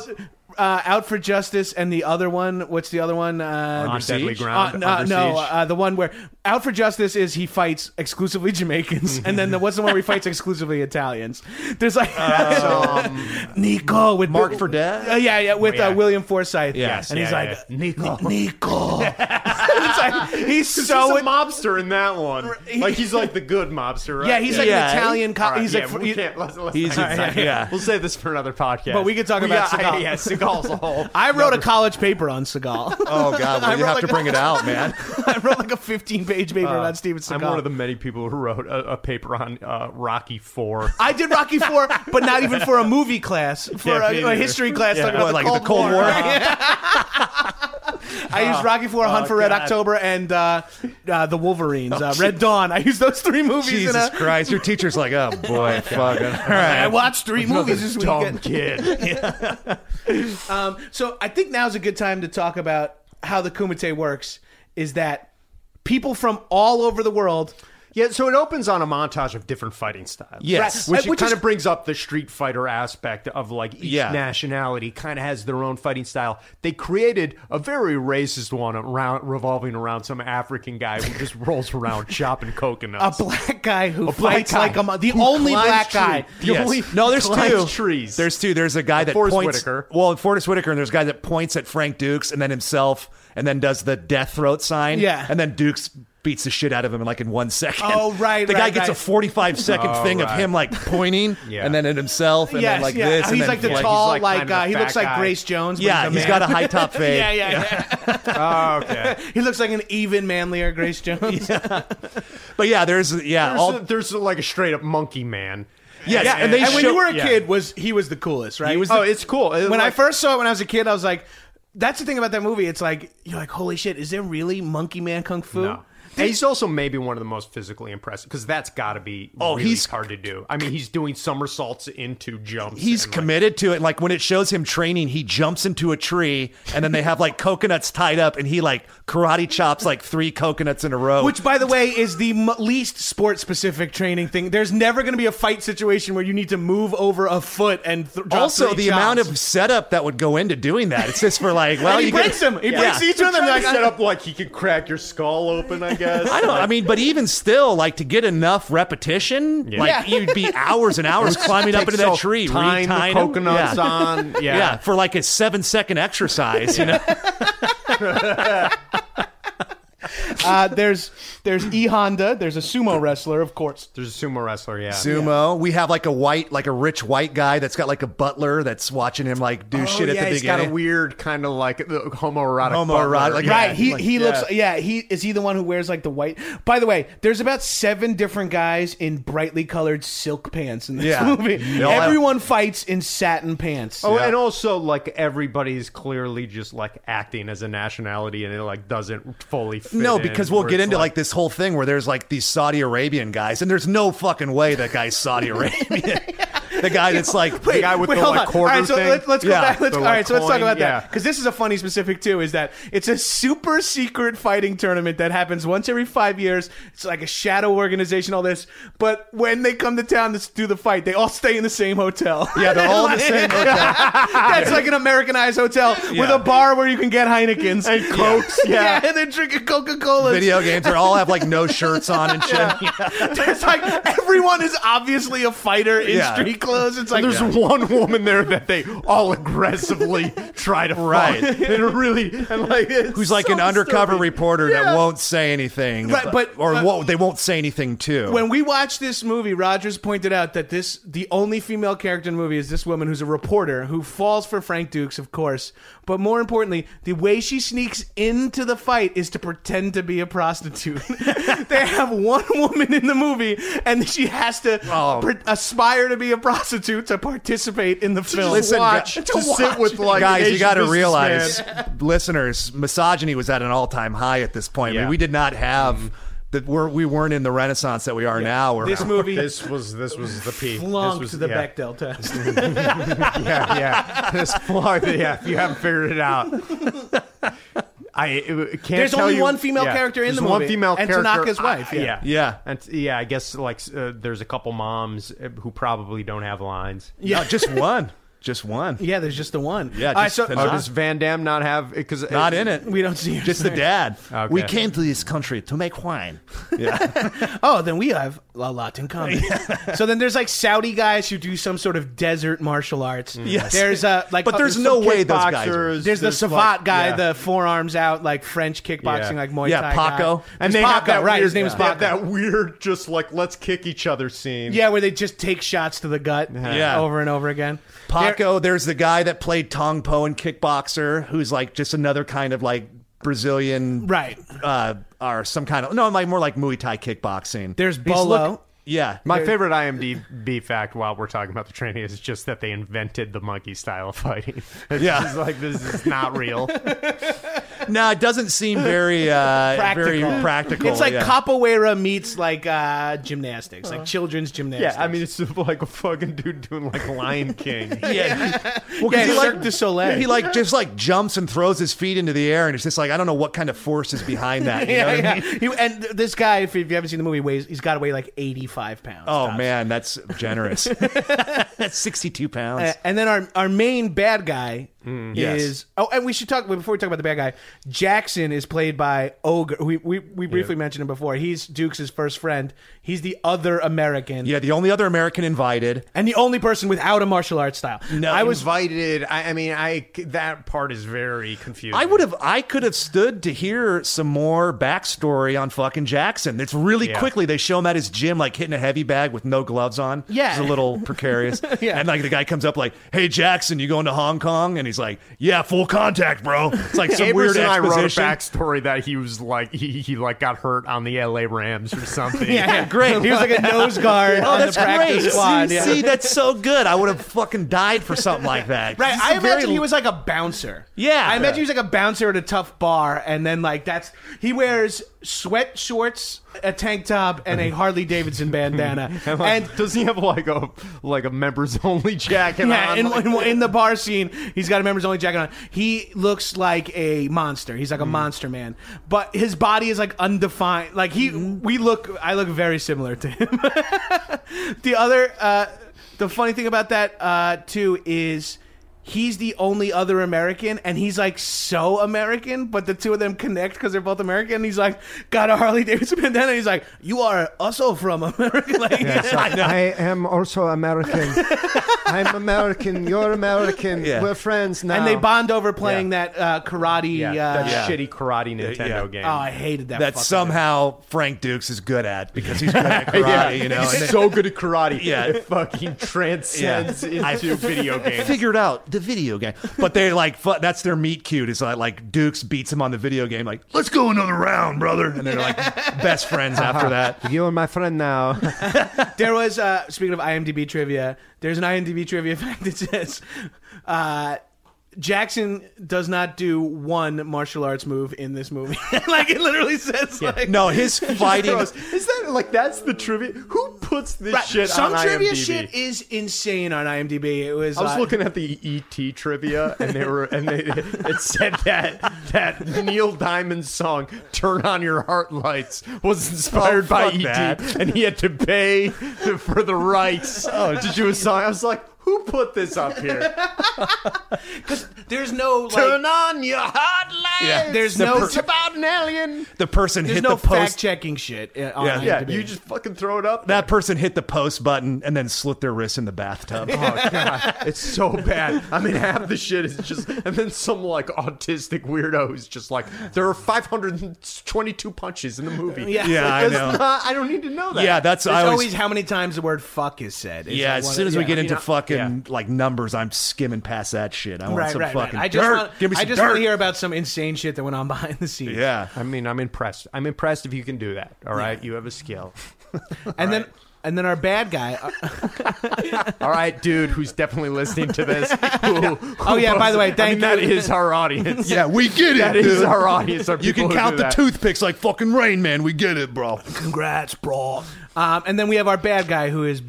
S1: uh, Out for Justice and the other one. What's the other one? Uh,
S6: on deadly
S5: Siege?
S1: Uh,
S6: ground,
S1: no,
S6: Under
S1: no
S6: Siege.
S1: uh, the one where Out for Justice is he fights exclusively Jamaicans, and then the what's the one where he fights exclusively Italians? There's like
S6: Uh,
S1: Nico with
S5: Marked for Dead?
S1: Uh, yeah, yeah, with
S6: um, Yeah.
S1: Uh, William Forsythe.
S5: Yes,
S1: and he's
S6: yeah,
S1: like
S6: yeah.
S1: Nico, Nico. It's like, he's so
S6: he's a mobster in that one. Like he's like the good mobster, right?
S1: yeah, he's like
S5: Yeah.
S1: an Italian cop.
S6: All right,
S1: he's
S6: yeah,
S1: like
S6: we
S1: he-
S6: can't. Let's, let's,
S5: He's
S6: all right,
S5: inside, yeah.
S6: We'll save this for another podcast.
S1: But we could talk about
S6: got-
S1: Seagal.
S6: Yeah, Seagal's a whole.
S1: I wrote a college paper on Seagal.
S5: Oh God, well, you
S1: wrote
S5: have to
S1: like-
S5: bring it out, man.
S1: I wrote like a 15 page paper about Steven Seagal.
S6: Uh, I'm one of the many people who wrote a, a paper on uh, Rocky Four.
S1: I did Rocky Four, but not even for a movie class, for
S6: Yeah, me
S1: a, a
S6: neither.
S1: history class. talking about
S5: What, like the Cold War? Oh.
S1: I used Rocky Four, Hunt for Red October, and uh, uh, the Wolverines, uh, Red Dawn. I used those three movies. in
S5: Oh, Jesus
S1: a,
S5: Christ, your teacher's like, oh boy, fucking. All
S1: I
S5: right,
S1: watched three movies this
S6: Dumb
S1: weekend.
S6: kid.
S1: Um, so I think now's a good time to talk about how the Kumite works. Is that people from all over the world?
S6: yeah, so it opens on a montage of different fighting styles.
S5: Yes.
S6: which,
S1: Uh, which
S6: kind
S1: is-
S6: of brings up the Street Fighter aspect of like each
S5: Yeah.
S6: nationality kind of has their own fighting style. They created a very racist one around revolving around some African guy who just rolls around chopping coconuts.
S1: A black guy who
S6: black
S1: fights
S6: guy
S1: like a mo- the
S6: who
S1: only
S6: climbs
S1: black
S6: tree-
S1: guy.
S6: the
S5: Yes.
S6: only
S5: no, there's
S6: climbs
S5: two
S6: trees.
S5: There's two. There's a guy that
S6: Forrest
S5: points.
S6: Whitaker.
S5: Well, Forrest Whitaker, and there's a guy that points at Frank Dukes and then himself, and then does the death throat sign.
S1: Yeah.
S5: and then Dukes beats the shit out of him in like in one second.
S1: Oh, right,
S5: The guy
S1: right,
S5: gets a
S1: right.
S5: 45 second thing of him like pointing,
S6: Oh, Yeah.
S5: and then at himself, and
S1: Yes,
S5: then like
S1: yeah.
S5: this. and
S1: he's
S5: then
S1: like the
S5: he,
S1: tall,
S6: like,
S1: like,
S6: kind of a
S1: uh, he
S6: fat
S1: looks like
S6: guy.
S1: Grace Jones. but
S5: Yeah,
S1: a
S5: he's
S1: man.
S5: got a high top fade.
S1: yeah, yeah, yeah.
S6: oh, okay.
S1: He looks like an even manlier Grace Jones.
S5: But yeah, there's yeah,
S6: There's,
S5: all
S6: a- there's a- like a straight up monkey man.
S5: yes,
S6: Yeah,
S5: and they
S1: and
S5: show
S1: when you were a
S6: yeah.
S1: kid, was he was the coolest, right?
S6: oh, it's cool. It-
S1: when I
S6: like-
S1: first saw it when I was a kid, I was like, "That's the thing about that movie. It's like you're like, holy shit, is there really Monkey Man Kung Fu?"
S6: No. And he's also maybe one of the most physically impressive because that's got to be
S5: Oh,
S6: oh
S5: he's-
S6: he's hard to do. I mean, he's doing somersaults into jumps.
S5: He's
S6: and, like-
S5: committed to it. Like when it shows him training, he jumps into a tree and then they have like coconuts tied up and he like karate chops like three coconuts in a row.
S1: Which, by the way, is the m- least sport specific training thing. There's never going to be a fight situation where you need to move over a foot and th- drop
S5: also
S1: three
S5: the
S1: chops.
S5: amount of setup that would go into doing that. It's just for like, well,
S1: And he
S5: you
S1: breaks
S5: could-
S1: him. He breaks each
S6: They're
S1: one of them. Like,
S6: trying to set up like he could crack your skull open. I guess.
S5: I don't. I mean, but even still, like to get enough repetition, like
S1: Yeah.
S5: you'd be hours and hours climbing up into that
S6: So,
S5: tree,
S6: tying the
S5: retying 'em.
S6: coconuts
S5: yeah.
S6: on. Yeah.
S5: Yeah. for like a seven second exercise, you know.
S1: uh, there's there's E Honda. There's a sumo wrestler, of course.
S6: There's a sumo wrestler. Yeah.
S5: Sumo. We have like a white, like a rich white guy that's got like a butler that's watching him like do
S6: Oh,
S5: shit at
S6: yeah,
S5: the
S6: he's
S5: beginning.
S6: got a weird kind of like the homoerotic.
S5: Homoerotic,
S6: butler.
S5: like-
S6: Yeah.
S1: Right, he
S5: like-
S1: he looks yeah, he is he the one who wears like the white. By the way, there's about 7 different guys in brightly colored silk pants in this
S5: Yeah.
S1: movie.
S5: They all have-
S1: Everyone fights in satin pants.
S6: Oh, and also like everybody's clearly just like acting as a nationality, and it like doesn't fully. fit
S5: No,
S6: in,
S5: because we'll
S6: where
S5: get
S6: it's
S5: into like, this whole thing where there's like these Saudi Arabian guys, and there's no fucking way that guy's Saudi Arabian. the guy that's like,
S6: Wait, guy with the,
S1: hold
S6: like,
S1: on.
S6: quarter
S1: all right, so
S6: thing?
S1: Let's, let's go
S5: Yeah.
S1: back. Let's,
S6: The,
S1: all
S6: like,
S1: right, so let's talk
S6: coin,
S1: about
S6: yeah.
S1: that because this is a funny specific too. Is that it's a super secret fighting tournament that happens once every five years. It's like a shadow organization, all this. But when they come to town to do the fight, they all stay in the same hotel.
S5: Yeah, they're all in the same hotel.
S1: That's like an Americanized hotel with
S5: Yeah.
S1: a bar where you can get Heinekens and cokes. Yeah, and they're drinking Coca Cola.
S5: video games, they all have like no shirts on and shit.
S1: It's like everyone is obviously a fighter in
S5: Yeah.
S1: street clothes. It's like
S6: There's one woman there that they all aggressively try to fight.
S5: Right.
S6: And really, and like, it's
S5: Who's like
S6: so
S5: an undercover
S6: disturbing.
S5: reporter that won't say anything,
S1: Right, but-
S5: or
S6: uh,
S1: but-
S5: won't, they won't say anything too.
S1: when we watched this movie, Rogers pointed out that this the only female character in the movie is this woman who's a reporter who falls for Frank Dukes, of course. But more importantly, the way she sneaks into the fight is to pretend to be a prostitute. they have one woman in the movie, and she has to
S5: Oh.
S1: pre- aspire to be a prostitute to participate in the film.
S5: Listen,
S2: watch,
S5: gu-
S2: to sit with like
S5: guys, you got to
S2: to
S5: realize, listeners, misogyny was at an all-time high at this point. I mean,
S6: Yeah.
S5: we did not have that. We're we weren't in the renaissance that we are now. Where
S1: this movie
S6: This was this was the peak.
S1: flunked
S6: this was
S1: the
S6: yeah,
S1: Bechdel test.
S6: yeah, yeah. This flunked. Yeah, if you haven't figured it out, I it- it can't.
S1: There's
S6: tell
S1: only
S6: you-
S1: one female
S6: yeah,
S1: character in
S6: there's
S1: the
S6: One
S1: movie,
S6: female
S1: and
S6: character.
S1: Tanaka's wife,
S6: I-
S1: yeah.
S6: yeah,
S5: Yeah.
S6: and yeah. I guess like uh, there's a couple moms uh, who probably don't have lines.
S5: yeah, just one, just one.
S1: Yeah, there's just the one.
S5: Yeah,
S1: All right,
S5: just
S1: so-
S5: the-
S6: Oh,
S5: Not-
S6: does Van Damme not have? Because
S5: Not in it.
S1: we don't see her.
S5: Just the dad.
S6: Okay.
S5: We came to this country to make wine.
S1: oh, then we have a lot in common. so then there's like Saudi guys who do some sort of desert martial arts.
S5: Mm. Yes.
S1: There's uh, like
S5: But
S1: uh,
S5: there's
S1: some
S5: no way those guys.
S6: kickboxers,
S5: were-
S1: There's, the
S6: there's, like,
S1: Savat guy,
S6: yeah.
S1: the forearms out, like French kickboxing,
S6: Yeah.
S1: like Muay
S5: Yeah,
S1: Thai.
S5: Paco.
S1: guy.
S5: And
S1: and
S6: they
S1: Paco,
S6: have that
S1: right?
S6: Weird,
S1: His name is
S6: they
S1: Paco.
S6: have that weird, just like let's kick each other scene.
S1: yeah, where they just take shots to the gut,
S5: Yeah.
S1: over and over again.
S5: Paco, there's the guy that played Tong Po in Kickboxer, who's like just another kind of like Brazilian,
S1: Right.
S5: Uh, or some kind of no, like more like Muay Thai kickboxing.
S1: There's
S5: He's
S1: Bolo.
S5: look- yeah,
S6: My favorite IMDb fact while we're talking about the training is just that they invented the monkey style of fighting. It's
S5: Yeah.
S6: just like this is not real.
S5: No, it doesn't seem very uh,
S1: Practical.
S5: very practical.
S1: It's like
S5: yeah.
S1: capoeira meets like uh, gymnastics, like children's gymnastics.
S6: yeah, I mean it's just like a fucking dude doing like Lion King.
S5: Yeah, well, 'cause
S1: yeah,
S5: he
S1: Cirque
S5: like
S1: du Soleil.
S5: he like just like jumps and throws his feet into the air, and it's just like I don't know what kind of force is behind that. You know
S1: yeah,
S5: what I
S1: yeah.
S5: mean?
S1: He- and th- this guy, if, if you haven't seen the movie, weighs he's got to weigh like eighty five pounds.
S5: Oh
S1: tops.
S5: man, that's generous. that's sixty-two pounds.
S1: Uh, and then our our main bad guy
S5: Mm, Yes.
S1: is oh, and we should talk before we talk about the bad guy. Jackson is played by Ogre. We we, we briefly mentioned him before. He's Duke's first friend. He's the other American.
S5: yeah, the only other American invited.
S1: And the only person without a martial arts style. No, I was
S6: invited. I, I mean, I that part is very confusing.
S5: I would have, I could have stood to hear some more backstory on fucking Jackson. It's really
S6: Yeah.
S5: quickly they show him at his gym, like hitting a heavy bag with no gloves on.
S1: Yeah.
S5: it's a little precarious.
S1: Yeah.
S5: and like the guy comes up like, "Hey Jackson, you going to Hong Kong?" And he's like, "Yeah, full contact, bro." It's like some
S6: Abrams
S5: weird
S6: and I wrote a
S5: exposition.
S6: backstory that he was like he, he like got hurt on the LA Rams or something.
S1: yeah, great. He was like a nose guard
S5: Oh,
S1: on
S5: that's
S1: the practice
S5: great!
S1: squad.
S5: See,
S1: yeah.
S5: see, that's so good. I would have fucking died for something like that.
S1: Right,
S5: This is
S1: I
S5: a very-
S1: imagine he was like a bouncer.
S5: Yeah.
S1: I imagine
S5: Yeah.
S1: he was like a bouncer at a tough bar, and then like that's he wears sweat shorts, a tank top, and a Harley Davidson bandana,
S6: And,
S1: and,
S6: like, does he have like a like a members only jacket
S1: yeah,
S6: on?
S1: in,
S6: Like-
S1: in, in the bar scene, he's got a members only jacket on. He looks like a monster. He's like
S6: Mm.
S1: a monster man, but his body is like undefined. Like he,
S6: Mm-hmm.
S1: we look, I look very similar to him. the other, uh, the funny thing about that uh, too is. He's the only other American, and he's like so American, but the two of them connect because they're both American. And he's like, got a Harley Davidson bandana. And he's like, you are also from America. Like,
S6: I am also American. I'm American. You're American.
S5: Yeah. We're
S6: friends now.
S1: and they bond over playing that uh, karate.
S6: Yeah,
S1: uh,
S6: that shitty karate Nintendo
S5: Yeah.
S6: game.
S1: Oh, I hated that.
S5: that
S1: fucking
S5: somehow Frank Dukes is good at because he's good at karate. You know, and
S6: He's
S5: then-
S6: so good at karate.
S5: Yeah.
S6: it fucking transcends
S5: Yeah. I-
S6: into video games.
S5: figured out the video game. But they like fu- that's their meet cute. Is like, like Dukes beats him on the video game. Like let's go another round, brother. And they're like best friends after that.
S6: You are my friend now.
S1: thing. There was uh, speaking of IMDb trivia. There's an IMDb trivia fact that says. Uh, Jackson does not do one martial arts move in this movie. like it literally says, like
S5: No, his fighting.
S6: Is that like that's the trivia? Who puts this
S1: Right,
S6: shit
S1: Some
S6: on
S1: trivia
S6: IMDb?
S1: shit is insane on IMDb. It was.
S6: I was
S1: uh,
S6: looking at the ET trivia, and they were, and they, it said that that Neil Diamond's song "Turn On Your Heart Lights" was inspired
S5: Oh,
S6: by
S5: fuck
S6: ET,
S5: that. Oh,
S6: and he had to pay to, for the rights to do a song. I was like, "Who put this up here?"
S1: There's no like.
S6: Turn on your heart lights.
S5: Yeah.
S1: There's
S5: The
S1: no-
S5: per-
S6: It's about an alien.
S5: the person
S1: there's
S5: hit
S1: no
S5: the post.
S1: fact checking shit uh, on
S5: Yeah.
S1: IMDb.
S5: Yeah,
S6: You just fucking throw it up.
S5: that person hit the post button and then slit their wrists in the bathtub.
S6: Oh god, it's so bad. I mean, half the shit is just, and then some like autistic weirdo is just like, there are 522 punches in the movie.
S1: Yeah.
S5: Yeah, I
S6: That's
S5: know.
S6: not- I don't need to know that.
S5: yeah, that's
S1: There's
S5: I
S1: always,
S5: always.
S1: how many times the word "fuck" is said. It's
S5: yeah,
S1: like
S5: as
S1: one
S5: soon
S1: of-
S5: as we
S1: yeah.
S5: get into
S6: I-
S5: fucking and like numbers, I'm skimming past that shit. I want
S1: Right,
S5: some
S1: right, right.
S5: fucking
S1: I just
S5: dirt.
S1: want,
S5: Give me some
S1: I just
S5: dirt.
S1: want to hear about some insane shit that went on behind the scenes.
S5: yeah.
S6: I mean, I'm impressed. I'm impressed if you can do that. All right, you have a skill.
S1: and then and then our bad guy. uh,
S6: All right, dude, who's definitely listening to this? Who,
S1: Oh, yeah, by the way,
S6: I
S1: thank
S6: mean, that
S1: you.
S6: is our audience.
S5: Yeah, we get it.
S6: That is our audience. Are
S5: You
S6: people
S5: can
S6: who
S5: count
S6: do
S5: the
S6: that.
S5: toothpicks like fucking Rain Man. We get it, bro.
S1: Congrats, bro. Um, and then we have our bad guy who is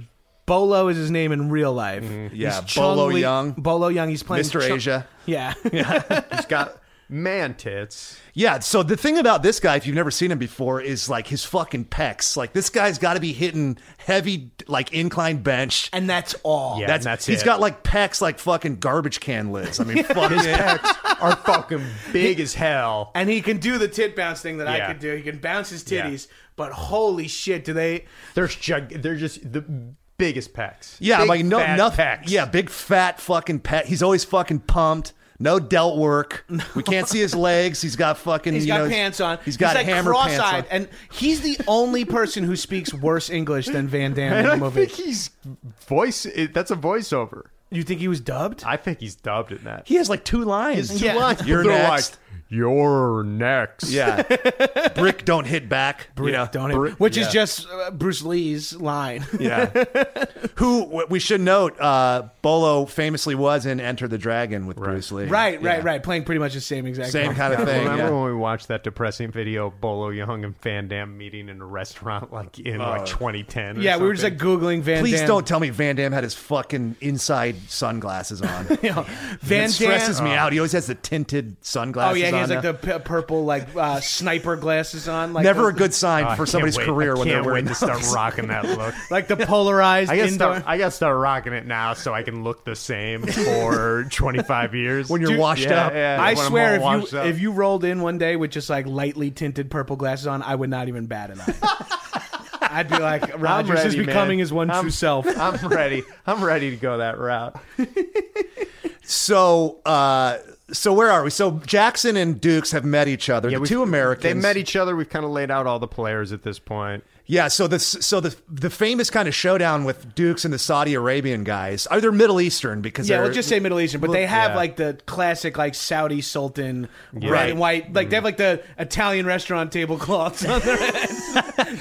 S1: Bolo is his name in real life.
S5: Mm-hmm. Yeah,
S1: He's
S5: Bolo
S1: Chung Lee-
S5: Young.
S1: Bolo Young. He's playing
S5: Mr.
S1: Chung-
S5: Asia.
S1: Yeah.
S6: He's got man tits.
S5: Yeah, so the thing about this guy, if you've never seen him before, is like his fucking pecs. Like this guy's got to be hitting heavy, like incline bench.
S1: and that's all.
S6: Yeah, and that's
S5: he's
S6: it.
S5: got like pecs like fucking garbage can lids. I mean, fuck
S6: His
S5: yeah.
S6: pecs are fucking big as hell.
S1: And he can do the tit bounce thing that I
S6: Yeah.
S1: could do. He can bounce his titties, but holy shit, do they?
S6: They're jug- They're just the biggest pecs.
S5: Yeah,
S6: Big,
S5: like no
S6: fat
S5: nothing.
S6: Pecs.
S5: Yeah, big fat fucking pet. He's always fucking pumped. No delt work. We can't see his legs. He's got fucking.
S1: He's
S5: you
S1: got
S5: know,
S1: pants on.
S5: He's got
S1: like
S5: hammer pants
S1: cross-eyed,
S5: on.
S1: and he's the only person who speaks worse English than Van Damme in
S6: And
S1: the
S6: I
S1: movie.
S6: think he's voice. It, that's a voiceover.
S1: you think he was dubbed?
S6: I think he's dubbed in that.
S5: He has like two lines.
S1: two Yeah. lines.
S5: You're
S6: They're
S5: next.
S6: Like, You're next.
S5: yeah. Brick don't hit back. you know.
S1: Don't it?
S6: Bru-
S1: Which
S5: yeah.
S1: is just uh, Bruce Lee's line.
S5: Yeah. Who w- we should note, uh, Bolo famously was in Enter the Dragon with Bruce Lee.
S1: right,
S5: Yeah.
S1: right, right. Playing pretty much the same exact.
S5: Same
S1: role.
S5: kind of thing.
S6: Remember
S5: yeah.
S6: when we watched that depressing video, Bolo Young and Van Damme meeting in a restaurant like in like 2010? or
S1: Yeah, we were just like
S6: something?
S1: googling Van.
S5: Please
S1: Damme.
S5: don't tell me Van Damme had his fucking inside sunglasses on.
S1: Van
S5: it
S1: Damme.
S5: stresses me out. He always has the tinted
S1: Oh
S5: sunglasses
S1: yeah, he has
S5: on
S1: like
S5: now.
S1: the p- purple like uh, sniper glasses on. Like
S5: Never
S1: the,
S5: a good sign
S6: Oh, I
S5: for
S6: can't
S5: somebody's
S6: wait.
S5: career
S6: I
S5: when they're
S6: can't
S5: wearing
S6: wait to start rocking that look.
S1: like the polarized
S6: I gotta
S1: indoor.
S6: start. I gotta start rocking it now, so I can look the same for 25 years.
S5: When you're washed
S6: yeah,
S5: up.
S6: yeah,
S1: I
S6: when I'm
S1: swear,
S6: all
S1: if
S6: washed
S1: you
S6: up.
S1: if you rolled in one day with just like lightly tinted purple glasses on, I would not even bat an eye. I'd be like,
S6: I'm
S1: Rogers is
S6: ready, man.
S1: becoming his one
S6: I'm-
S1: true self.
S6: I'm ready. I'm ready to go that route.
S5: So, uh, so where are we? So Jackson and Dukes have met each other. the
S6: we've-
S5: two Americans.
S6: They met each other. We've kind of laid out all the players at this point.
S5: Yeah, so the so the the famous kind of showdown with Dukes and the Saudi Arabian guys. Are they Middle Eastern because
S1: yeah,
S5: they're
S1: we'll just say Middle Eastern, but they have
S6: yeah.
S1: like the classic like Saudi Sultan red
S5: Right.
S1: and white. Like they have like the Italian restaurant tablecloths on their heads.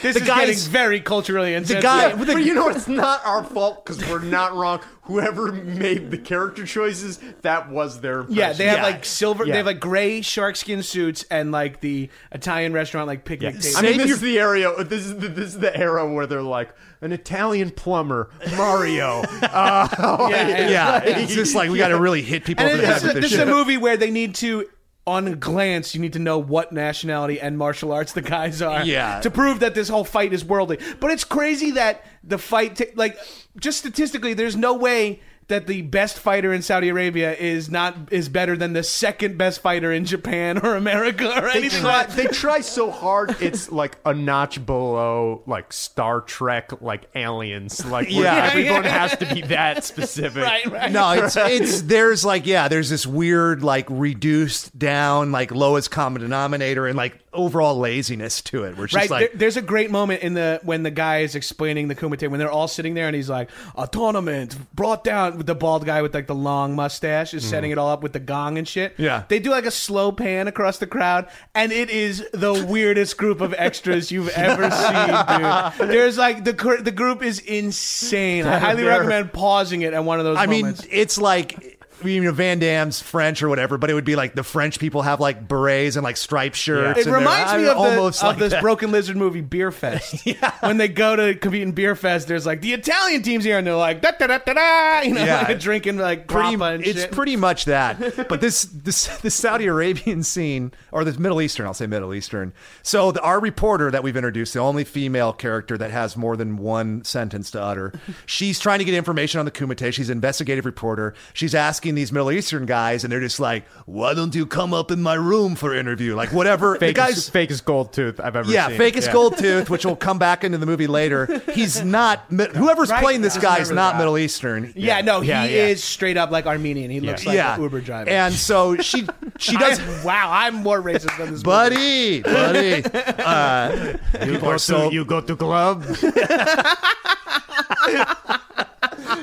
S1: this is
S5: guy
S1: getting
S5: is-
S1: very culturally insensitive.
S5: guy-
S6: Yeah, but you know what? It's not our fault because we're not wrong. Whoever made the character choices, that was their.
S1: Yeah, they have
S5: Yeah.
S1: like silver.
S6: Yeah.
S1: They have like gray shark skin suits and like the Italian restaurant like picnic table.
S6: I mean, this is the area. This is the, this is the era where they're like an Italian plumber, Mario. Uh,
S1: Yeah, yeah,
S5: yeah, it's just like we got to really hit people over
S1: And
S5: the
S1: this,
S5: head
S1: is,
S5: with
S1: this
S5: this
S1: is a
S5: shit.
S1: movie where they need to, on a glance, you need to know what nationality and martial arts the guys are.
S5: Yeah.
S1: To prove that this whole fight is worldly. But it's crazy that the fight, ta- like, just statistically, there's no way that the best fighter in Saudi Arabia is not is better than the second best fighter in Japan or America or
S6: They
S1: anything
S6: try,
S1: like that.
S6: they try so hard. It's like a notch below, like Star Trek, like aliens. Like where
S5: Yeah.
S6: everyone has to be that specific.
S1: Right, right.
S5: No, it's it's there's like yeah, there's this weird like reduced down like lowest common denominator and like overall laziness to it. We're just
S1: Right,
S5: like
S1: there- there's a great moment in the when the guy is explaining the kumite when they're all sitting there and he's like, "A tournament brought down." The bald guy with like the long mustache is setting it all up with the gong and shit.
S5: Mm-hmm. Yeah.
S1: they do like a slow pan across the crowd, and it is the weirdest group of extras you've ever seen, dude. There's like the cr- the group is insane. I highly
S6: They're-
S1: recommend pausing it at one of those.
S5: I mean,
S1: moments.
S5: it's like you know Van Damme's French or whatever, but it would be like the French people have like berets and like striped shirts.
S1: It
S5: and they're-
S1: reminds
S5: I-
S1: me of, the,
S5: almost
S1: of
S5: like
S1: this
S5: that.
S1: Broken Lizard movie, Beer Fest. When they go to compete in Beer Fest, there's like the Italian teams here, and they're like da da da da da, you know,
S5: Yeah.
S1: like, drinking like
S5: pretty,
S1: grappa and
S5: it's
S1: shit.
S5: pretty much that. But this this the Saudi Arabian scene or the Middle Eastern, I'll say Middle Eastern. So the, our reporter that we've introduced, the only female character that has more than one sentence to utter, she's trying to get information on the Kumite. She's an investigative reporter. She's asking these Middle Eastern guys, and they're just like, "Why don't you come up in my room for interview?" Like whatever. the
S6: Fakest,
S5: guys.
S6: fakest gold tooth I've ever
S5: Yeah,
S6: seen.
S5: fakest gold tooth, which will come back into the movie later. He's not. Mi- Whoever's
S1: Right.
S5: playing this
S1: Doesn't
S5: guy is
S1: remember
S5: not
S1: that.
S5: Middle Eastern.
S1: yeah, no, he
S6: Yeah, yeah.
S1: is straight up like Armenian. He looks like
S5: yeah.
S1: an Uber driver.
S5: And so she she does
S1: I'm- wow, I'm more racist than this. movie.
S5: buddy, buddy. Uh,
S6: You
S5: people
S6: go,
S5: are so
S6: to, you go to club.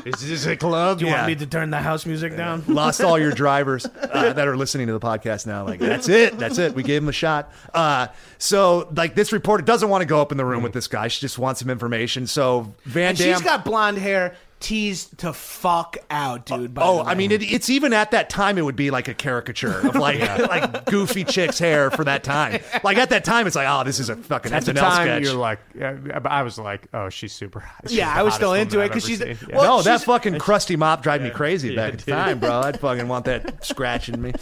S6: Is this a club?
S1: Do you
S5: Yeah.
S1: want me to turn the house music down?
S5: lost all your drivers uh, that are listening to the podcast now. Like, that's it. That's it. We gave him a shot. Uh, so, like, this reporter doesn't want to go up in the room with this guy. She just wants some information. So, Van
S1: And
S5: Dam.
S1: she's got blonde hair, teased to fuck out, dude. by
S5: Oh,
S1: the
S5: I
S1: way.
S5: mean, it, it's even at that time, it would be like a caricature of like like goofy chick's hair for that time. Like at that time, it's like, oh, this is a fucking
S6: At the
S5: SNL
S6: time,
S5: sketch.
S6: you're like, uh, I was like, oh, she's super hot. She's
S1: Yeah,
S6: the
S1: I was still
S6: hottest
S1: into it
S6: woman I've
S1: 'cause she's
S6: ever
S1: the-
S6: seen. Yeah.
S1: Well,
S5: no, that
S1: she's-
S5: fucking crusty mop drive me crazy
S6: Yeah,
S5: back at the time, bro. I'd fucking want that scratching me.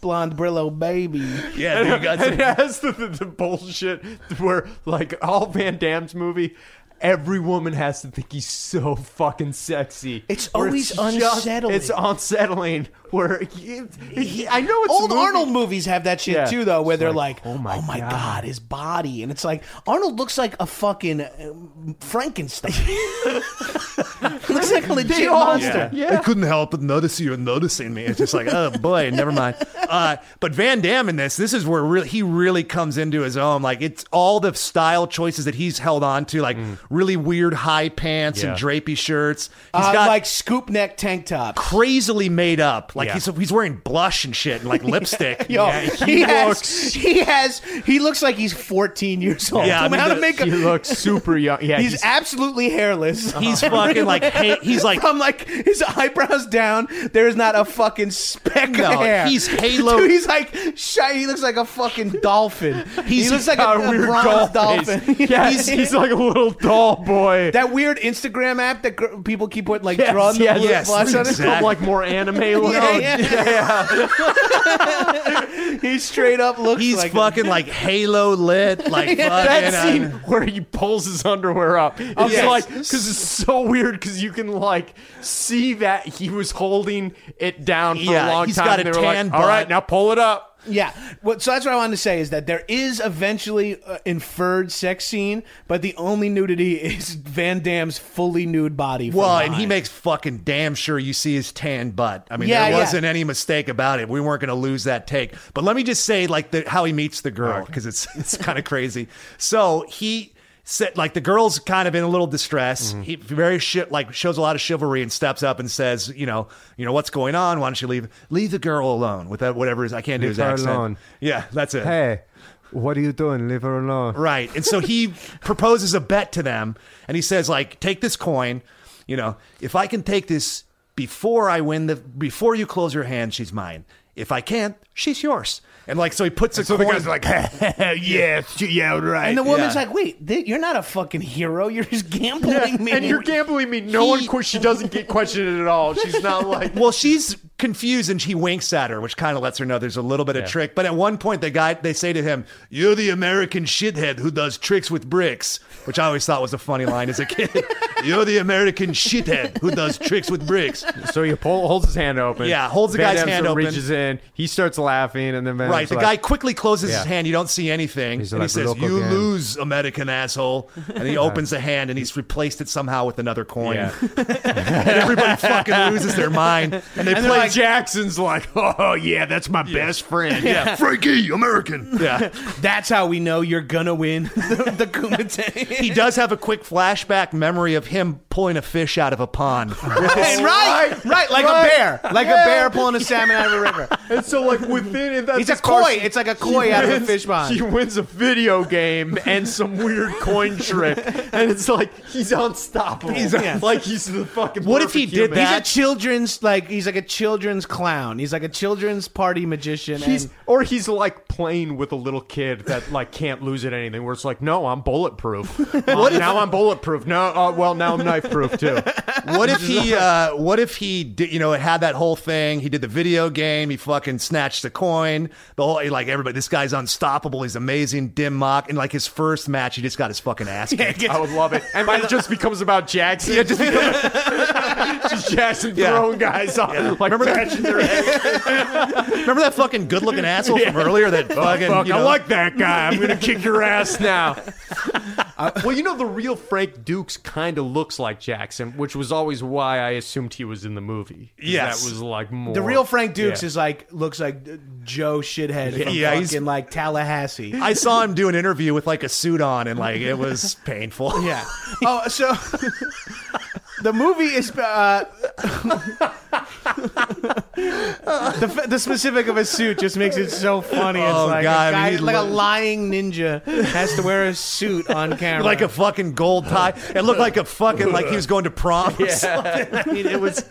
S1: blonde Brillo baby.
S5: Yeah, dude, you got some
S6: and it has the, the, the bullshit where like all Van Damme's movie. Every woman has to think he's so fucking sexy.
S1: It's
S6: Where
S1: always
S6: just-
S1: unsettling.
S6: it's unsettling. Where he- he- I know it's
S1: Old
S6: a movie.
S1: Arnold movies have that shit
S6: Yeah.
S1: too, though, where
S6: It's
S1: they're like,
S6: like,
S1: "Oh
S6: oh
S1: my,
S6: my
S1: god.
S6: God.
S1: his body," and it's like Arnold looks like a fucking um, Frankenstein. looks like a legit
S6: all-
S1: monster.
S6: Yeah.
S5: I couldn't help but notice you and noticing me. It's just like, oh boy, never mind. Uh, but Van Damme in this, this is where really, he really comes into his own. Like it's all the style choices that he's held on to, like really weird high pants and
S6: Yeah.
S5: drapey shirts. He's
S1: Uh,
S5: got
S1: like scoop neck tank top.
S5: crazily made up. Like
S6: Yeah.
S5: he's he's wearing blush and shit and like lipstick.
S1: Yo,
S5: Yeah,
S1: he, has, he has, he looks like he's 14 years old.
S5: Yeah, I
S1: Tell me
S5: mean,
S1: how to
S5: the-
S1: make a,
S6: He looks super young. Yeah,
S1: he's, absolutely hairless.
S5: He's fucking like ha- he's like
S1: from like his eyebrows down, there is not a fucking speck
S5: No,
S1: of hair.
S5: he's Halo-
S1: Dude, he's like shy. He looks like a fucking dolphin. he
S5: He's
S1: looks like a,
S6: got a weird
S1: bronze
S6: doll
S1: dolphin.
S6: face. yeah, he's, he's like a little doll boy.
S1: that weird Instagram app that gr- people keep putting like
S6: Yes,
S1: drawing
S6: yes,
S1: the blue
S5: yes,
S1: flesh on
S5: exactly.
S1: it.
S6: Some, like more anime. look.
S1: Yeah, yeah. he straight up looks
S5: he's
S1: like
S5: fucking like halo lit. Like
S6: That
S5: fucking, uh,
S6: scene where he pulls his underwear up. It's
S5: Oh, Yes.
S6: like because it's so weird because you can like see that he was holding it down for
S5: Yeah,
S6: a long
S5: he's
S6: time.
S5: got a
S6: and they were like,
S5: tan
S6: All right,
S5: butt."
S6: now pull it up.
S1: Yeah. What, so that's what I wanted to say is that there is eventually uh, inferred sex scene, but the only nudity is Van Damme's fully nude body. from
S5: Well, and he
S1: behind.
S5: makes fucking damn sure you see his tan butt. I mean,
S1: Yeah,
S5: there
S1: yeah.
S5: wasn't any mistake about it. We weren't going to lose that take. But let me just say, like, the, how he meets the girl because it's it's kind of crazy. So he said, like, the girl's kind of in a little distress.
S6: Mm-hmm.
S5: He very shit like shows a lot of chivalry and steps up and says, you know, you know what's going on. Why don't you leave leave the girl alone with that whatever is I can't do
S6: Leave
S5: his
S6: her
S5: accent.
S6: alone.
S5: Yeah, that's it.
S6: what are you doing? Leave her alone.
S5: Right. And so he proposes a bet to them and he says like take this coin, you know, if I can take this before I win the before you close your hand, she's mine. If I can't, she's yours. And like so he puts a
S6: So the
S5: coin
S6: guy's like, yeah, yeah, right.
S1: And the woman's
S5: Yeah.
S1: like, "Wait, th- you're not a fucking hero. You're just gambling me."
S6: and you're gambling me. No one
S5: He-
S6: one. She doesn't get questioned at all. She's not like.
S5: well, she's confused and she winks at her, which kind of lets her know there's a little bit of trick. But at one point, the guy they say to him, "You're the American shithead who does tricks with bricks," which I always thought was a funny line as a kid. You're the American shithead who does tricks with bricks.
S6: So he pull, holds his hand open.
S5: Yeah, holds the
S6: Van
S5: guy's
S6: Damme
S5: hand
S6: sort of
S5: open.
S6: Reaches in. He starts laughing, and then Van
S5: Right.
S6: Damme's
S5: The
S6: like,
S5: guy quickly closes
S6: Yeah.
S5: his hand. You don't see anything.
S6: He's
S5: and
S6: like,
S5: he says,
S6: "Loco
S5: You
S6: again."
S5: lose, American asshole. And he opens the hand and he's replaced it somehow with another coin.
S6: Yeah.
S5: and everybody fucking loses their mind. And they
S6: And
S5: play
S6: then Jackson's like, oh yeah, that's my best friend. Yeah,
S5: Frankie, American. Yeah.
S1: That's how we know you're gonna win the, the Kumite.
S5: He does have a quick flashback memory of him pulling a fish out of a pond. With his-
S1: And right, right, like a
S6: Right.
S1: bear, like
S6: Yeah.
S1: a bear pulling a salmon out of a river.
S6: and so like within it, that's
S1: He's a
S6: as far
S1: koi.
S6: as-
S1: It's like a koi
S6: he
S1: out of a
S6: wins-
S1: fish pond.
S6: He wins a video game and some weird coin trick, and it's like he's unstoppable. He's
S1: Yeah.
S6: like he's the fucking.
S5: What if he
S6: perfect
S5: did
S6: human.
S1: He's a
S5: that?
S1: children's like he's like a children's clown. He's like a children's party magician.
S6: He's
S1: and
S6: or he's like playing with a little kid that like can't lose at anything. Where it's like, no, I'm bulletproof. Uh, now I'm bulletproof. No, uh, well now I'm knife proof too.
S5: What if he? Uh, what if he? Did, you know, it had that whole thing. He did the video game. He fucking snatched the coin. The whole like everybody. This guy's unstoppable. He's amazing. Dim mock and like his first match, he just got his fucking ass kicked.
S6: I would love it. And then it just becomes about Jackson. Yeah, just, Jackson
S5: Yeah.
S6: throwing guys off. Like, Remember
S5: Remember that fucking good-looking asshole from earlier? That fucking. you know,
S6: that guy. I'm gonna kick your ass now. Uh, well, you know the real Frank Dukes kind of looks like Jackson, which was always why I assumed he was in the movie. 'Cause
S5: Yes.
S6: that was like more
S1: the real Frank Dukes
S6: Yeah.
S1: is like looks like uh, Joe shithead from
S5: Yeah, he's-
S1: fucking like Tallahassee.
S5: I saw him do an interview with like a suit on, and like it was painful.
S1: Yeah. Oh, so the movie is uh, the, f- the specific of a suit just makes it so funny. It's
S5: Oh,
S1: like
S5: God,
S1: a guy,
S5: he
S1: like a
S5: look-
S1: lying ninja has to wear a suit on camera.
S5: like a fucking gold tie. It looked like a fucking like he was going to prom. Or something. I mean, it was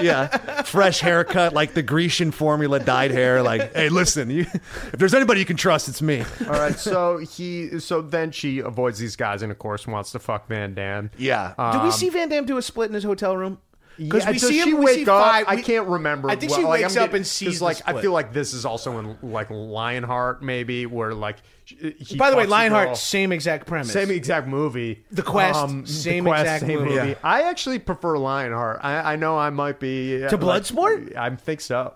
S5: yeah, fresh haircut, like the Grecian formula dyed hair. Like, hey, listen, you, if there's anybody you can trust, it's me.
S6: All right, so he, so then she avoids these guys, and of course wants to fuck Van Dam.
S5: Yeah,
S1: Do we see Van Damme do a split in his hotel room?
S6: Yeah,
S1: we
S6: does
S1: see him.
S6: she
S1: we
S6: wake
S1: see
S6: up.
S1: Five,
S6: I
S1: we-
S6: can't remember.
S1: I think
S6: well.
S1: she
S6: Like, I'm
S1: wakes up
S6: getting-
S1: and sees
S6: 'cause,
S1: the
S6: Like I
S1: split.
S6: feel like this is also in like Lionheart, maybe where like. sh- He
S1: By the way,
S6: fucks
S1: Lionheart,
S6: girl.
S1: same exact premise.
S6: Same
S5: e-
S6: exact movie. Um,
S1: The Quest, same exact movie. Yeah.
S6: I actually prefer Lionheart. I, I know I might be uh,
S1: To Bloodsport?
S6: I think so.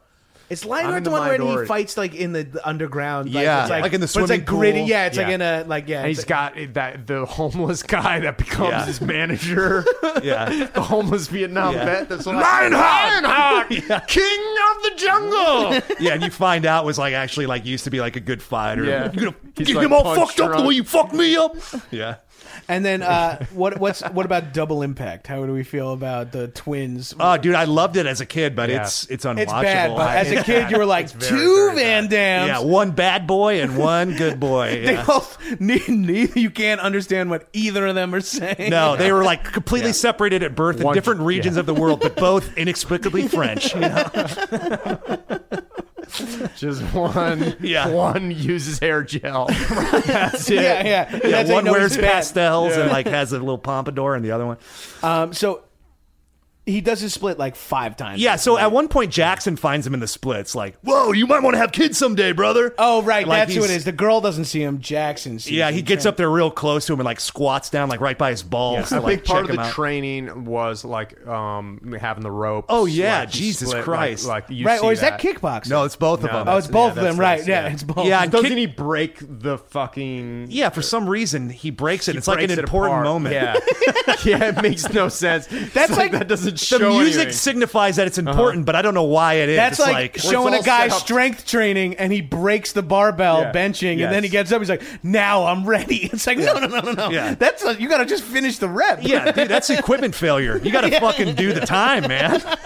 S1: It's
S6: I'm in
S1: Lionheart the
S6: the
S1: one where he
S6: minority.
S1: fights like in the, the underground. Like,
S5: Yeah,
S1: it's like,
S5: like in the
S1: but it's like
S5: swimming pool.
S1: gritty. Yeah, it's like
S6: Yeah.
S1: in a like yeah.
S6: And he's
S1: It's,
S6: got that the homeless guy that becomes
S5: Yeah.
S6: his manager.
S5: yeah.
S6: the homeless Vietnam
S5: Yeah.
S6: vet. That's what
S5: Lionheart!
S6: Lionheart,
S5: Yeah.
S6: king of the jungle.
S5: yeah, and you find out was like actually like used to be like a good fighter.
S6: Yeah.
S5: You know,
S6: He's,
S5: get
S6: like,
S5: him all
S6: punch
S5: fucked up the
S6: drunk.
S5: way you fucked me up. Yeah.
S1: and then uh, what what's what about Double Impact? How do we feel about the twins?
S5: Oh, dude, I loved it as a kid, but
S6: Yeah.
S5: it's it's unwatchable.
S1: it's bad, but
S5: I-
S1: as a
S5: it's
S1: kid,
S5: bad.
S1: you were like
S6: very,
S1: two
S6: very
S1: Van Dams.
S5: yeah, one bad boy and one good boy.
S1: They
S5: Yeah.
S1: both need, need, you can't understand what either of them are saying.
S5: No, they were like completely separated at birth in
S6: One-
S5: different regions of the world, but both inexplicably French. you know?
S6: Just one.
S5: Yeah.
S6: One uses hair gel. That's it.
S1: yeah, yeah. And
S5: Yeah,
S1: that's how you
S5: one
S1: know
S5: wears
S1: it's bad.
S5: pastels and like has a little pompadour, and the other one.
S1: Um, so he does his split like five times.
S5: Yeah, so at one point Jackson finds him in the splits, like, "Whoa, you might want to have kids someday, brother."
S1: Oh right,
S5: Like,
S1: that's who it
S5: he's-
S1: is. The girl doesn't see him. Jackson sees.
S5: Yeah,
S1: him.
S5: he gets up there real close to him and like squats down like right by his balls.
S6: A
S5: to, like,
S6: big
S5: check
S6: part of
S5: him
S6: the
S5: out.
S6: training was like um, having the rope.
S5: Oh, yeah, Jesus Christ.
S6: Like, you
S1: right,
S6: see
S1: or is that, kickboxing?
S3: No, it's both
S6: No,
S3: of them.
S1: oh, it's
S6: that's-
S1: both
S6: yeah,
S1: of them.
S6: that's-
S1: Right?
S6: that's-
S1: Yeah,
S6: yeah.
S1: it's both.
S5: Yeah, and
S6: Doesn't
S5: kick-
S6: he break the fucking?
S5: yeah, for some reason he breaks it.
S6: he
S5: It's like an
S6: breaks it
S5: important
S6: apart.
S5: moment.
S6: Yeah, yeah, it makes no sense. That's
S1: like-
S6: that doesn't show
S5: The music
S6: anything.
S5: signifies that it's important, but I don't know why it is.
S1: That's
S5: It's
S1: like,
S5: like
S1: showing
S6: Well,
S1: a
S6: it's all
S1: guy
S6: set up.
S1: strength training and he breaks the barbell
S6: Yeah.
S1: benching and then he
S6: Yes.
S1: gets up. He's like, "Now I'm ready." It's like, no, no, no, no, no.
S5: Yeah.
S1: That's a, you got to just finish the rep.
S5: Yeah, dude, that's equipment failure. You got to fucking do the time, man.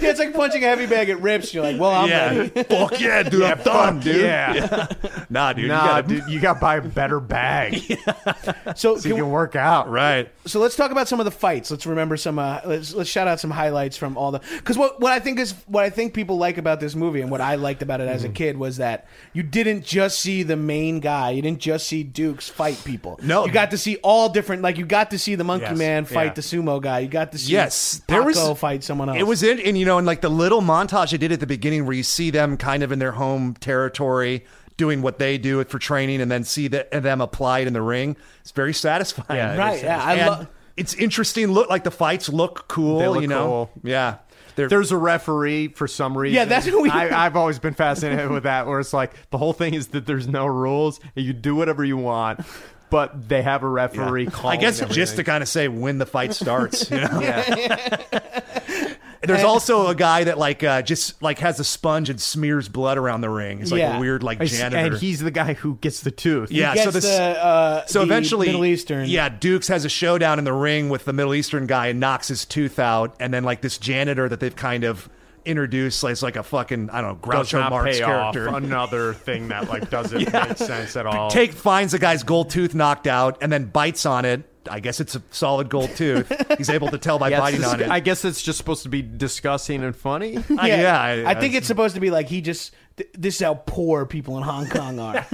S1: Yeah, it's like punching a heavy bag. It rips. You're like, "Well, I'm ready."
S5: yeah, fuck yeah, dude, I'm done, dude.
S6: yeah.
S5: Nah, dude,
S6: Nah,
S5: you got
S6: dude, you got to buy a better bag
S1: So,
S6: so you
S1: can-
S6: can work out.
S5: right.
S1: so let's talk about some of the fights. Let's remember some. Uh, let's let's shout out some highlights from all the. Because what what I think is what I think people like about this movie and what I liked about it as
S5: Mm-hmm.
S1: a kid was that you didn't just see the main guy. You didn't just see Dukes fight people.
S5: No.
S1: you got to see all different. Like you got to see the Monkey
S6: Yes.
S1: Man fight
S6: Yeah.
S1: the sumo guy. You got to see
S5: Yes,
S1: Paco
S5: there was-
S1: fight someone else.
S5: It was in, and you know, and like the little montage I did at the beginning where you see them kind of in their home territory doing what they do for training and then see that and them applied in the ring. It's very satisfying.
S6: Yeah, it is
S1: Right, yeah, I
S5: And
S1: lo-
S5: it's interesting. Look, like the fights look cool,
S6: They look
S5: you know?
S6: cool.
S5: Yeah. They're,
S6: There's a referee for some reason.
S1: Yeah, that's what we-
S6: I, I've always been fascinated with that. Where it's like the whole thing is that there's no rules. And you do whatever you want, but they have a referee.
S5: I
S6: calling
S5: guess
S6: everything.
S5: just to kind of say when the fight starts, you know?
S6: Yeah.
S5: There's also a guy that like uh, just like has a sponge and smears blood around the ring. It's like
S1: Yeah.
S5: a weird like janitor.
S6: and he's the guy who gets the tooth.
S5: yeah,
S1: Gets
S5: so this
S1: the, uh,
S5: so
S1: the
S5: eventually
S1: Middle Eastern.
S5: Yeah, Dukes has a showdown in the ring with the Middle Eastern guy and knocks his tooth out, and then like this janitor that they've kind of introduced like, as like a fucking I don't know
S6: does
S5: Groucho
S6: not
S5: Marx
S6: pay
S5: character.
S6: off. Another thing that like doesn't make sense at all.
S5: Take finds the guy's gold tooth knocked out, and then bites on it. I guess it's a solid gold tooth. He's able to tell by
S6: Yes,
S5: biting
S6: this-
S5: on it.
S6: I guess it's just supposed to be disgusting and funny.
S5: I-
S1: Yeah,
S5: yeah,
S1: I, think it's supposed to be like he just. th- This is how poor people in Hong Kong are.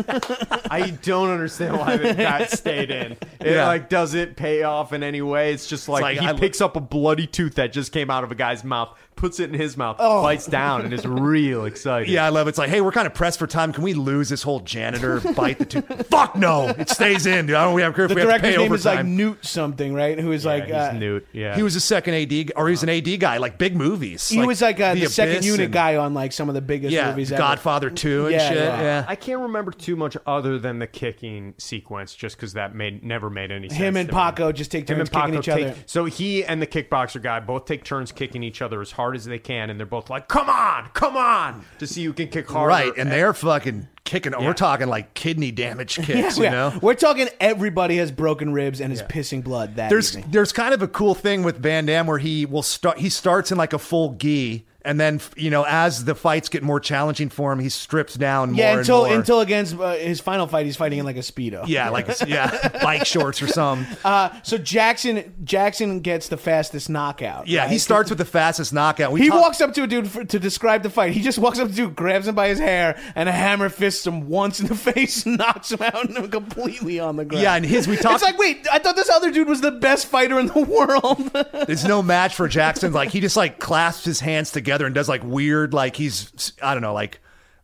S6: I don't understand why that guy stayed in. It
S5: Yeah.
S6: like does it pay off in any way? It's just like,
S5: like,
S6: he
S5: I-
S6: picks up a bloody tooth that just came out of a guy's mouth, puts it in his mouth, bites down, and is real excited.
S5: Oh. Yeah, I love it. It's like, hey, we're kind of pressed for time. Can we lose this whole janitor bite the tooth? Fuck no, it stays in, dude. I don't. We have,
S1: The
S5: we have to
S1: director's
S5: pay
S1: name is like
S5: overtime.
S1: Newt something, right? Who is
S6: Yeah,
S1: like
S6: he's
S1: uh,
S6: Newt. Yeah,
S5: he was a second AD, or he was an AD guy, like big movies.
S1: He was like uh, the, second
S5: Abyss
S1: unit
S5: and-
S1: guy on like some of the biggest
S5: Yeah,
S1: movies.
S5: Godfather Two and
S1: Yeah,
S5: shit.
S1: yeah.
S5: Yeah.
S6: I can't remember too much other than the kicking sequence, just because that made never never made any sense.
S1: Him and
S6: to me.
S1: Paco just take turns kicking each
S6: take-
S1: other.
S6: So he and the kickboxer guy both take turns kicking each other as hard as they can, and they're both like, "Come on, come on!" to see who can kick harder.
S5: Right, and they're fucking kicking. We're talking like kidney damage kicks, you know.
S1: We're talking everybody has broken ribs and is pissing blood that
S5: There's
S1: evening.
S5: there's kind of a cool thing with Van Damme where he will start. He starts in like a full gi, and then f- you know as the fights get more challenging for him, he strips down.
S1: Yeah,
S5: more
S1: until
S5: and more.
S1: until against uh, his final fight, he's fighting in like a speedo.
S5: yeah, like yeah, bike shorts or something.
S1: Uh, so Jackson Jackson gets the fastest knockout.
S5: Yeah, he
S1: right?
S5: starts with the fastest knockout. We
S1: He
S5: talk-
S1: walks up to a dude for, to describe the fight. He just walks up to a dude, grabs him by his hair, and a hammer fists him once in the face, knocks him out, and completely on the ground.
S5: Yeah, and his we talked.
S1: it's like, wait, I thought this other dude was the best fighter in the world.
S5: There's no match for Jackson. Like he just like clasps his hands together and does like weird, like he's I don't know, like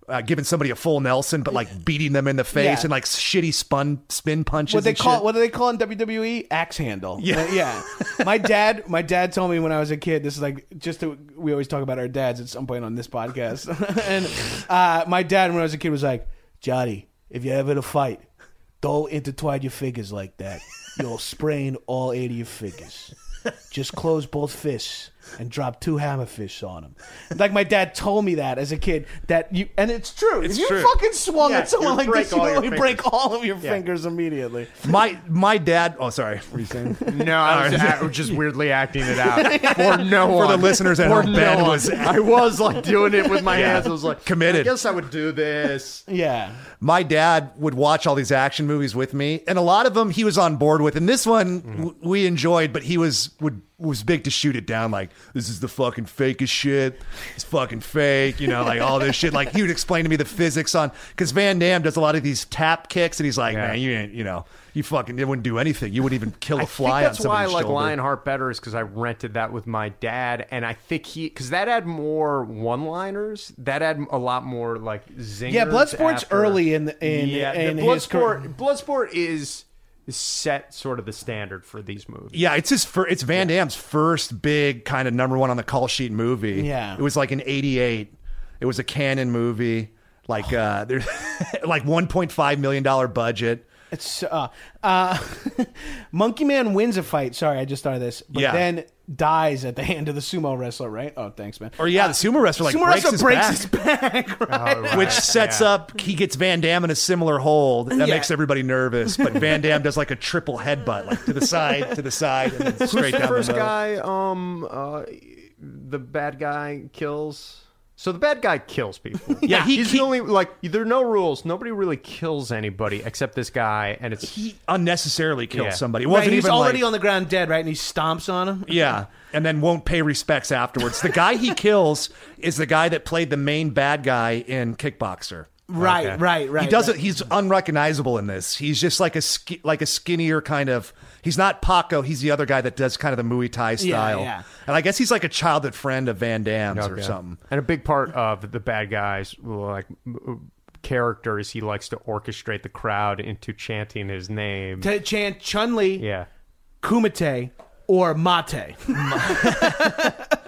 S5: uh, giving somebody a full Nelson, but like beating them in the face
S1: Yeah.
S5: and like shitty spun spin punches.
S1: what they
S5: and
S1: call
S5: shit.
S1: what do they call in WWE axe handle?
S5: Yeah.
S1: Uh, yeah. my dad, my dad told me when I was a kid. This is like just to, we always talk about our dads at some point on this podcast. and uh, my dad, when I was a kid, was like, "Johnny, if you're ever in a fight, don't intertwine your fingers like that. You'll sprain all eight of your fingers. Just close both fists." And drop two hammerfish on him. Like my dad told me that as a kid. That you and it's true. If you
S6: true.
S1: fucking swung
S6: Yeah,
S1: at someone
S6: you
S1: like
S6: break
S1: this, you
S6: all your
S1: literally break
S6: fingers.
S1: all of your fingers immediately.
S5: my my dad. Oh, sorry.
S6: no, I was act- just weirdly acting it out for no
S5: For
S6: one.
S5: the listeners at
S6: For
S5: home, Ben
S6: one.
S5: was-
S6: I was like doing it with my
S5: Yeah.
S6: hands. I was like
S5: Committed.
S6: I guess I would do this.
S1: Yeah.
S5: my dad would watch all these action movies with me, and a lot of them he was on board with. And this one
S6: Mm-hmm.
S5: w- we enjoyed, but he was would was big to shoot it down. Like this is the fucking fakest shit. It's fucking fake, you know, like all this shit. Like he would explain to me the physics on because Van Damme does a lot of these tap kicks, and he's like,
S6: Yeah.
S5: man, you ain't, you know, you fucking it wouldn't do anything. You wouldn't even kill a fly
S6: I think
S5: on
S6: that's why I
S5: somebody's
S6: like
S5: shoulder.
S6: Lionheart better is because I rented that with my dad, and I think he because that had more one-liners. That had a lot more like zingers.
S1: Yeah, Bloodsport's
S6: after-
S1: early in the- in-
S6: the
S1: in his
S6: Bloodsport.
S1: career.
S6: Bloodsport is set sort of the standard for these movies.
S5: Yeah, it's his fir- it's Van Damme's first big kind of number one on the call sheet movie.
S1: Yeah.
S5: it was like in '88. It was a canon movie, like uh, there's like 1.5 million dollar budget.
S1: It's uh, uh Monkey Man wins a fight. Sorry, I just started this. But
S5: Yeah.
S1: then dies at the hand of the sumo wrestler, right? Oh, thanks, man.
S5: Or yeah, the Uh, sumo wrestler like
S1: sumo
S5: breaks,
S1: wrestler breaks
S5: his, back, Oh,
S1: his back, right?
S5: which sets up he gets Van Damme in a similar hold that
S1: Yeah.
S5: makes everybody nervous. But Van Damme does like a triple headbutt, like to the side, to the side, and then straight down the
S6: first
S5: middle.
S6: guy, um, uh, the bad guy kills. So the bad guy kills people.
S5: Yeah, he-
S6: he's
S5: he-
S6: the only like there are no rules. Nobody really kills anybody except this guy, and it's
S5: He unnecessarily kills
S6: Yeah.
S5: somebody. It
S1: Right,
S5: wasn't
S1: he's
S5: even
S1: already
S5: like,
S1: on the ground dead, right? And he stomps on him.
S5: Yeah, and then won't pay respects afterwards. The guy he kills is the guy that played the main bad guy in Kickboxer.
S1: Right, right, right.
S5: He doesn't.
S1: right.
S5: He's unrecognizable in this. He's just like a ski- like a skinnier kind of. He's not Paco. He's the other guy that does kind of the Muay Thai style.
S1: yeah.
S5: And I guess he's like a childhood friend of Van Damme's or something.
S6: And a big part of the bad guys like m- character is he likes to orchestrate the crowd into chanting his name.
S1: T- Chan Chun Li,
S6: Yeah.
S1: Kumite, or Mate.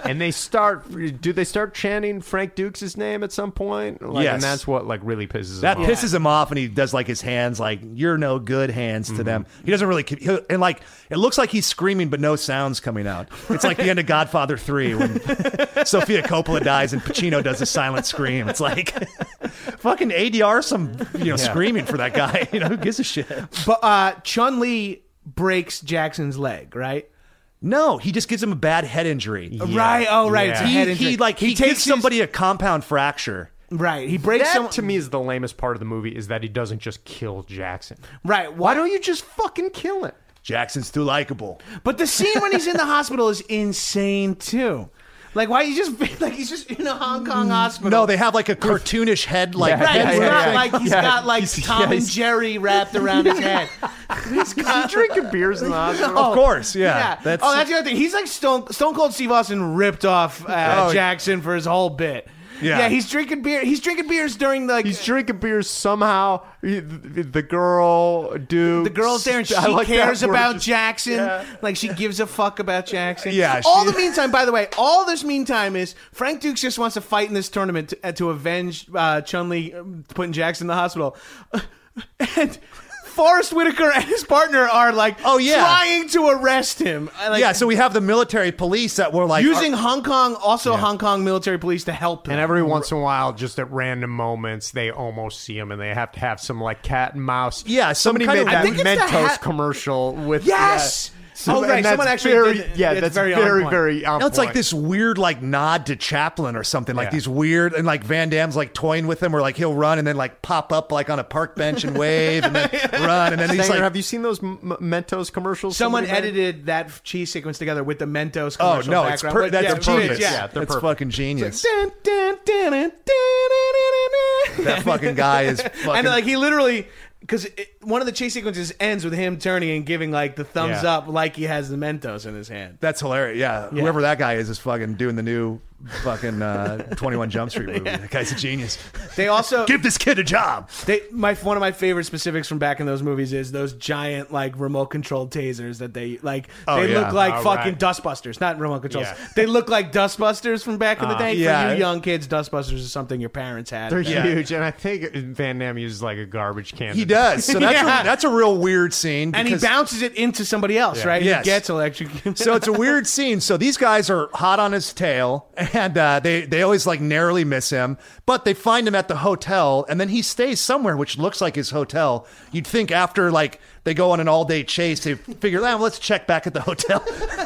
S6: And they start do they start chanting Frank Dukes' name at some point? Like,
S5: Yes.
S6: and that's what like really pisses
S5: That
S6: him off.
S5: pisses him off, and he does like his hands, like "you're no good" hands to them. He doesn't really, he'll- and like it looks like he's screaming, but no sounds coming out. It's like the end of Godfather Three when Sophia Coppola dies and Pacino does a silent scream. It's like fucking ADR some you know screaming for that guy. You know who gives a shit?
S1: But uh Chun Li breaks Jackson's leg, right?
S5: No, he just gives him a bad head injury.
S1: Right, oh right, it's a
S6: Yeah.
S5: He,
S1: head
S5: he
S1: injury.
S5: like he,
S1: takes
S5: gives
S1: his-
S5: somebody a compound fracture.
S1: Right. He breaks
S6: That
S1: some
S6: to me is the lamest part of the movie is that he doesn't just kill Jackson.
S1: Right.
S6: Why don't you just fucking kill him?
S5: Jackson's too likable.
S1: But the scene when he's in the hospital is insane too. Like why you just like he's just in a Hong Kong hospital.
S5: No, they have like a cartoonish head, like
S6: Mm, Yeah,
S1: Right,
S5: head
S1: he's
S5: thing.
S1: got
S6: yeah.
S1: like he's got like Tom
S6: yeah,
S1: and
S6: he's-
S1: Jerry wrapped around his head.
S6: Is he drinking beers in the hospital?
S5: Of course, yeah. That's,
S1: oh, that's the other thing. He's like Stone Stone Cold Steve Austin ripped off uh,
S5: Oh.
S1: Jackson for his whole bit.
S5: Yeah.
S1: he's drinking beer. He's drinking beers during the.
S6: He's drinking beer somehow. The- The girl, dude,
S1: the girl's there and she
S6: I like that
S1: cares
S6: word.
S1: about
S6: Just-
S1: Jackson. Like she gives a fuck about Jackson.
S5: Yeah,
S1: All
S5: she-
S1: the meantime, by the way, all this meantime is Frank Dukes just wants to fight in this tournament um, to, uh, to avenge uh, Chun Li putting Jackson in the hospital. And Forrest Whitaker and his partner are like,
S5: Oh, yeah.
S1: trying to arrest him. I, Like,
S5: yeah, so we have the military police that were like uh,
S1: using Hong Kong, also Hong Kong military police to help him.
S6: And every once in a while, just at random moments, they almost see him, and they have to have some like cat and mouse.
S5: Yeah, some
S6: somebody
S5: kind
S6: made
S5: of- I
S6: that
S1: think it's the
S6: Mentos
S1: hat-
S6: commercial with
S1: Yes!
S6: Yeah.
S1: Oh, right,
S6: and that's
S1: someone actually
S6: very,
S1: did-
S6: yeah,
S1: it's
S6: that's
S1: very
S6: very
S1: on
S6: very
S1: point.
S6: on
S5: No, it's like
S6: point.
S5: this weird like nod to Chaplin or something. Like
S6: Yeah.
S5: these weird and like Van Damme's like toying with him, or like he'll run and then like pop up like on a park bench and wave and then run and then he's
S6: Sanger,
S5: like,
S6: have you seen those M- M- Mentos commercials?
S1: Someone
S6: somebody made?
S1: edited that f- cheese sequence together with the Mentos.
S5: "Oh
S1: commercial
S5: no, it's
S1: background.
S5: per-
S1: Like,
S5: that's
S1: yeah,
S5: a
S1: it's
S5: genius.
S1: genius, Yeah,
S6: they're
S5: that's
S6: perfect.
S5: fucking genius."
S1: Dun, dun, dun, dun, dun, dun, dun, dun.
S5: that fucking guy is fucking.
S1: and like he literally because one of the chase sequences ends with him turning and giving like the thumbs
S6: Yeah.
S1: up like he has the mentos in his hand
S5: that's hilarious. Yeah.
S1: Yeah.
S5: whoever that guy is is fucking doing the new fucking uh, Twenty One Jump Street movie. That guy's a genius.
S1: they also
S5: Give this kid a job.
S1: they my one of my favorite specifics from back in those movies is those giant like remote controlled tasers that they like they
S5: Oh, yeah.
S1: look like
S6: All
S1: fucking
S6: right.
S1: dustbusters not remote controls
S6: Yeah.
S1: they look like dustbusters from back in the day
S5: Uh, yeah.
S1: for you young kids dustbusters is something your parents had
S6: They're
S5: Yeah.
S6: huge, and I think Van Damme uses like a garbage can.
S5: He
S6: to-
S5: does. So that's
S1: Yeah.
S5: a, that's a real weird scene.
S1: and he
S5: because-
S1: bounces it into somebody else right
S5: Yes.
S1: he gets electrocuted
S5: so it's a weird scene. So these guys are hot on his tail, and uh, they they always like narrowly miss him, but they find him at the hotel, and then he stays somewhere which looks like his hotel. You'd think after like they go on an all day chase, they figure, ah, let's check back at the hotel.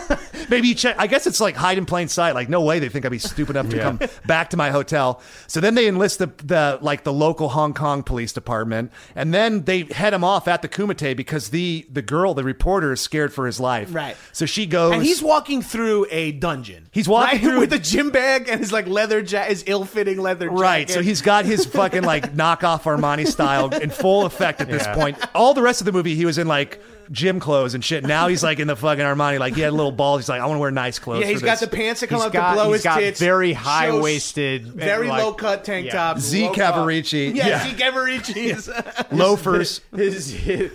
S5: Maybe you check. I guess it's like hide in plain sight. Like no way they think I'd be stupid enough to come back to my hotel. So then they enlist the, the like the local Hong Kong police department, and then they head him off at the Kumite because the the girl, the reporter, is scared for his life.
S1: Right.
S5: So she goes.
S1: And he's walking through a dungeon.
S5: He's walking
S1: Right?
S5: through-
S1: with a gym bag and his like leather ja- his ill-fitting leather jacket.
S5: Right, so he's got his fucking like knockoff Armani style in full effect at this
S6: Yeah.
S5: point. All the rest of the movie, he was in like gym clothes and shit. Now he's like in the fucking Armani, like he had a little ball. He's like, I want to wear nice clothes.
S1: yeah, he's
S5: for
S1: got
S5: this.
S1: the pants that come
S6: He's
S1: up
S6: got-
S1: to blow
S6: he's
S1: his
S6: got
S1: tits.
S6: very
S1: shows
S6: high-waisted and,
S1: very
S6: like-
S1: low cut tank
S6: yeah.
S1: tops.
S5: Z
S1: low cut-
S5: Cavarici.
S1: Yeah,
S5: Yeah.
S1: Z Cavarici.
S5: loafers.
S6: His, his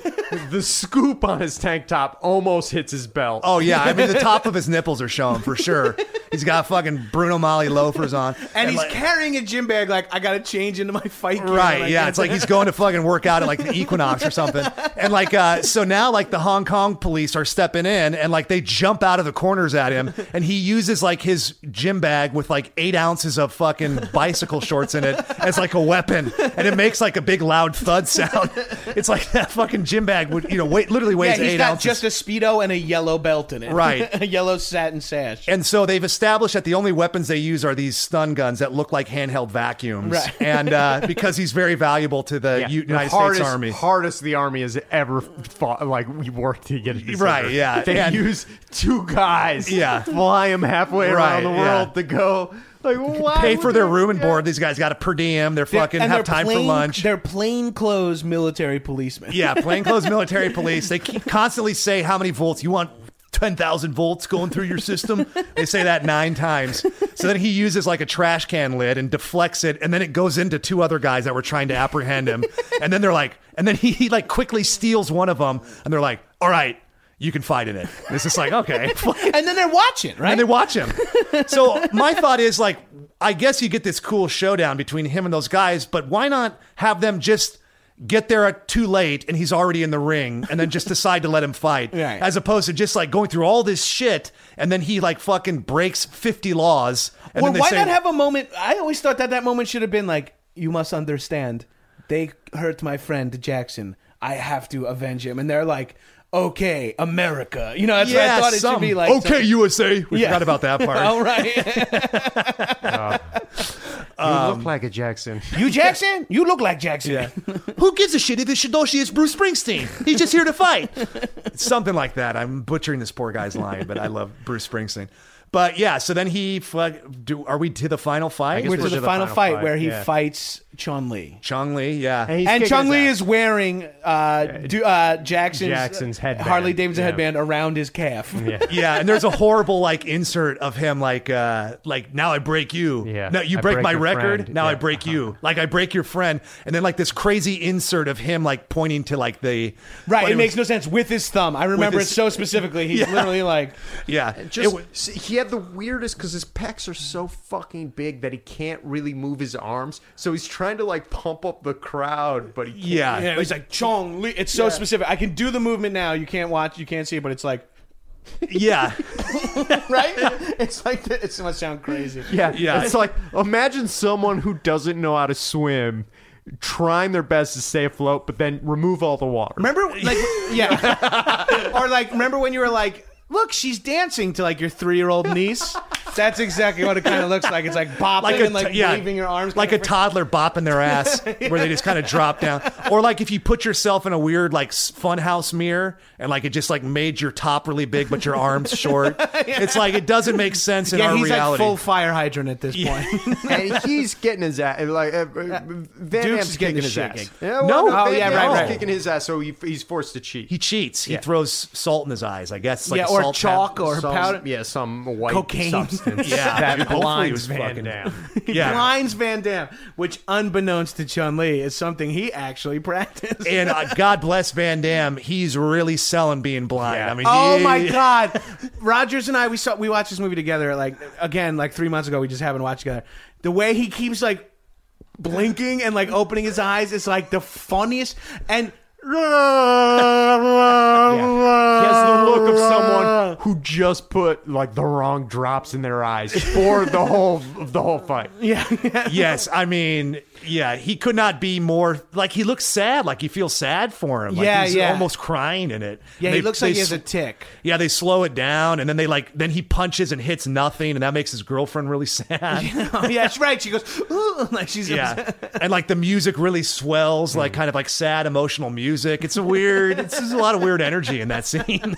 S6: the scoop on his tank top almost hits his belt.
S5: Oh yeah, I mean the top of his nipples are showing for sure. He's got fucking Bruno Mali loafers on,
S1: And he's
S5: like-
S1: carrying a gym bag like I gotta change into my fight gear.
S5: Right,
S1: Like,
S5: yeah, it's like he's going to fucking work out at like the Equinox or something, and like uh, so now like the Hong Kong police are stepping in and like they jump out of the corners at him, and he uses like his gym bag with like eight ounces of fucking bicycle shorts in it as like a weapon, and it makes like a big loud thud sound. It's like that fucking gym bag would you know weight literally
S1: yeah,
S5: weighs
S1: he's
S5: eight
S1: got
S5: ounces.
S1: just a speedo and a yellow belt in it.
S5: Right.
S1: a yellow satin sash.
S5: And so they've established that the only weapons they use are these stun guns that look like handheld vacuums,
S1: Right.
S5: and uh, because he's very valuable to the
S6: Yeah.
S5: U-
S6: The
S5: United
S6: hardest,
S5: States Army.
S6: Hardest the army has ever fought. Like we worked to get it. this
S5: Right,
S6: center.
S5: yeah,
S6: They
S5: and-
S6: use two guys.
S5: Yeah.
S6: Fly them halfway
S5: Right,
S6: around the
S5: yeah.
S6: world to go. Like why
S5: pay
S6: would
S5: for their
S6: they-
S5: room and
S6: yeah.
S5: board. These guys got a per diem. They're fucking
S1: and
S5: have
S1: they're
S5: time for
S1: plain-
S5: lunch.
S1: They're plainclothes military policemen.
S5: yeah, plainclothes military police. They keep constantly say how many volts you want. 10,000 volts going through your system. They say that nine times. So then he uses like a trash can lid and deflects it. And then it goes into two other guys that were trying to apprehend him. And then they're like, and then he, he like quickly steals one of them. And they're like, all right, you can fight in it. And It's just like, okay.
S1: And then they're watching, right?
S5: and they watch him. So my thought is like, I guess you get this cool showdown between him and those guys, but why not have them just get there at too late and he's already in the ring and then just decide to let him fight
S1: Right.
S5: as opposed to just like going through all this shit and then he like fucking breaks 50 laws and
S1: well,
S5: then they
S1: why
S5: say,
S1: not have a moment? I always thought that that moment should have been like, you must understand, they hurt my friend Jackson. I have to avenge him, and they're like, okay, America. You know, that's what I
S5: yeah,
S1: thought it
S5: some-
S1: should be like.
S5: okay USA we
S1: Yeah.
S5: forgot about that part
S1: all right,
S6: You
S5: Um,
S6: look like a Jackson.
S1: you Jackson, you look like Jackson.
S5: Who gives a shit if it's Shidoshi is Bruce Springsteen? He's just here to fight. Something like that. I'm butchering this poor guy's line, but I love Bruce Springsteen. But yeah, so then he fuck. Do are we to the final fight?
S1: We're
S6: guess
S1: to
S6: we're
S1: the, final, fight, where he
S6: yeah.
S1: fights Chun Li.
S5: Chong Li, yeah.
S6: he's
S1: and
S6: kicking
S1: Chung Lee
S6: his
S1: is wearing uh, do, uh, Jackson's,
S6: Jackson's headband.
S1: Harley Davidson
S6: Yeah.
S1: headband around his calf.
S6: ass. Yeah.
S5: yeah, and there's a horrible like insert of him like uh like now I break you.
S6: Yeah.
S5: No, you
S6: I
S5: break,
S6: break
S5: my
S6: your
S5: record.
S6: friend.
S5: Now I
S6: Yeah, Uh-huh.
S5: break you. Like I break your friend. And then like this crazy insert of him like pointing to like the
S1: Right,
S5: pointing-
S1: it makes no sense with his thumb. I remember
S5: his-
S1: it so specifically. He's literally like,
S5: Yeah.
S6: Just
S5: It-
S6: he he had the weirdest because his pecs are so fucking big that he can't really move his arms. So he's trying to like pump up the crowd, but he can't.
S5: Yeah.
S1: Yeah, he's like Chong Li. It's so specific. I can do the movement now. You can't watch. You can't see it, but it's like
S5: Yeah.
S1: right. it's like the, it's must sound crazy.
S6: Yeah,
S5: Yeah.
S6: It's like imagine someone who doesn't know how to swim trying their best to stay afloat, but then remove all the water.
S1: Remember, like yeah, or like remember when you were like, look, she's dancing to like your three year old niece. That's exactly what it kind of looks like. It's like bopping
S5: Like a
S1: and like
S5: t- yeah.
S1: waving your arms,
S5: like a
S1: kinda fr-
S5: toddler bopping their ass where they just kind of drop down or like if you put yourself in a weird like s- funhouse mirror and like it just like made your top really big but your arms short it's like it doesn't make sense in
S1: yeah,
S5: our
S1: he's
S5: reality
S1: like full fire hydrant at this point.
S6: and he's getting his ass. Like uh, uh, Van
S1: Duke's
S6: Dam's
S1: is
S6: kicking
S1: getting the
S6: his
S1: shit
S6: ass.
S1: kicked.
S6: Yeah, well,
S5: No.
S1: Oh,
S6: Van
S1: yeah,
S6: Damme's
S1: right, right.
S6: kicking his ass, so he, he's forced to cheat.
S5: he cheats he throws salt in his eyes i guess like
S1: Yeah,
S5: a
S1: or
S5: salt
S1: chalk
S5: tab-
S1: or
S6: some,
S1: powder-
S6: yeah, some white
S1: Cocaine.
S6: substance.
S5: Yeah,
S6: that
S5: hopefully
S6: blinds
S5: it was
S6: Van
S5: fucking-
S6: Dam.
S5: yeah
S1: Blinds Van Damme, which unbeknownst to Chun Li is something he actually practiced.
S5: and uh, god bless van damme he's really selling being blind i mean
S1: Oh
S5: he-
S1: my God, Rogers and I we saw we watched this movie together. Like again, like three months ago, we just haven't watched together. The way he keeps like blinking and like opening his eyes is like the funniest and.
S6: Yeah. He has the look of someone who just put like the wrong drops in their eyes for the whole of the whole fight.
S5: yes i mean yeah he could not be more like he looks sad like you feel sad for him like
S1: Yeah,
S5: he's
S1: yeah.
S5: almost crying in it
S1: Yeah,
S5: They-
S1: he looks
S5: they
S1: like he has
S5: s-
S1: a tick.
S5: Yeah, they slow it down, and then they like then he punches and hits nothing, and that makes his girlfriend really sad.
S1: Oh, yeah, that's right. She goes, Ooh, like she's
S5: yeah, and like the music really swells, like kind of like sad emotional music. It's a weird. It's just a lot of weird energy in that scene.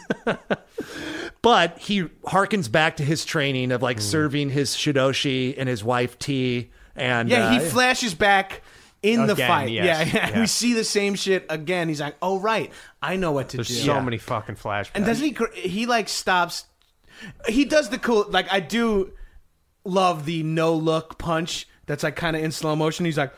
S5: but he harkens back to his training of like
S1: Mm.
S5: serving his shidoshi and his wife tea, and
S1: Yeah, he
S5: uh,
S1: flashes back in the
S6: Again,
S1: fight.
S6: yes.
S1: Yeah, yeah,
S6: Yeah.
S1: we see the same shit again. He's like, "Oh right, I know what to do."
S6: There's so many fucking flashbacks.
S1: And doesn't he? cr- He like stops. He does the cool. Like I do love the no look punch. That's like kind of in slow motion. He's like,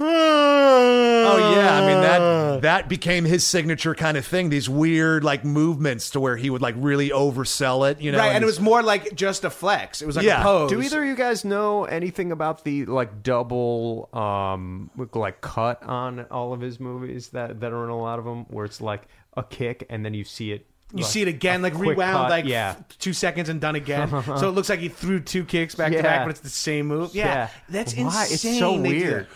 S5: Oh yeah, I mean
S1: Uh.
S5: that that became his signature kind of thing. These weird like movements to where he would like really oversell it, you know.
S1: right, and it was more like just a flex. It was like
S5: Yeah.
S1: a pose.
S6: Do either of you guys know anything about the like double um like cut on all of his movies that that are in a lot of them where it's like a kick and then you see it
S1: You see it again, like rewound, like
S6: yeah.
S1: f- two seconds and done again. so it looks like he threw two kicks back
S6: Yeah.
S1: to back, but it's the same move. Yeah,
S6: Yeah.
S1: that's
S6: Why?
S1: insane.
S6: It's so
S1: they do that.
S6: weird.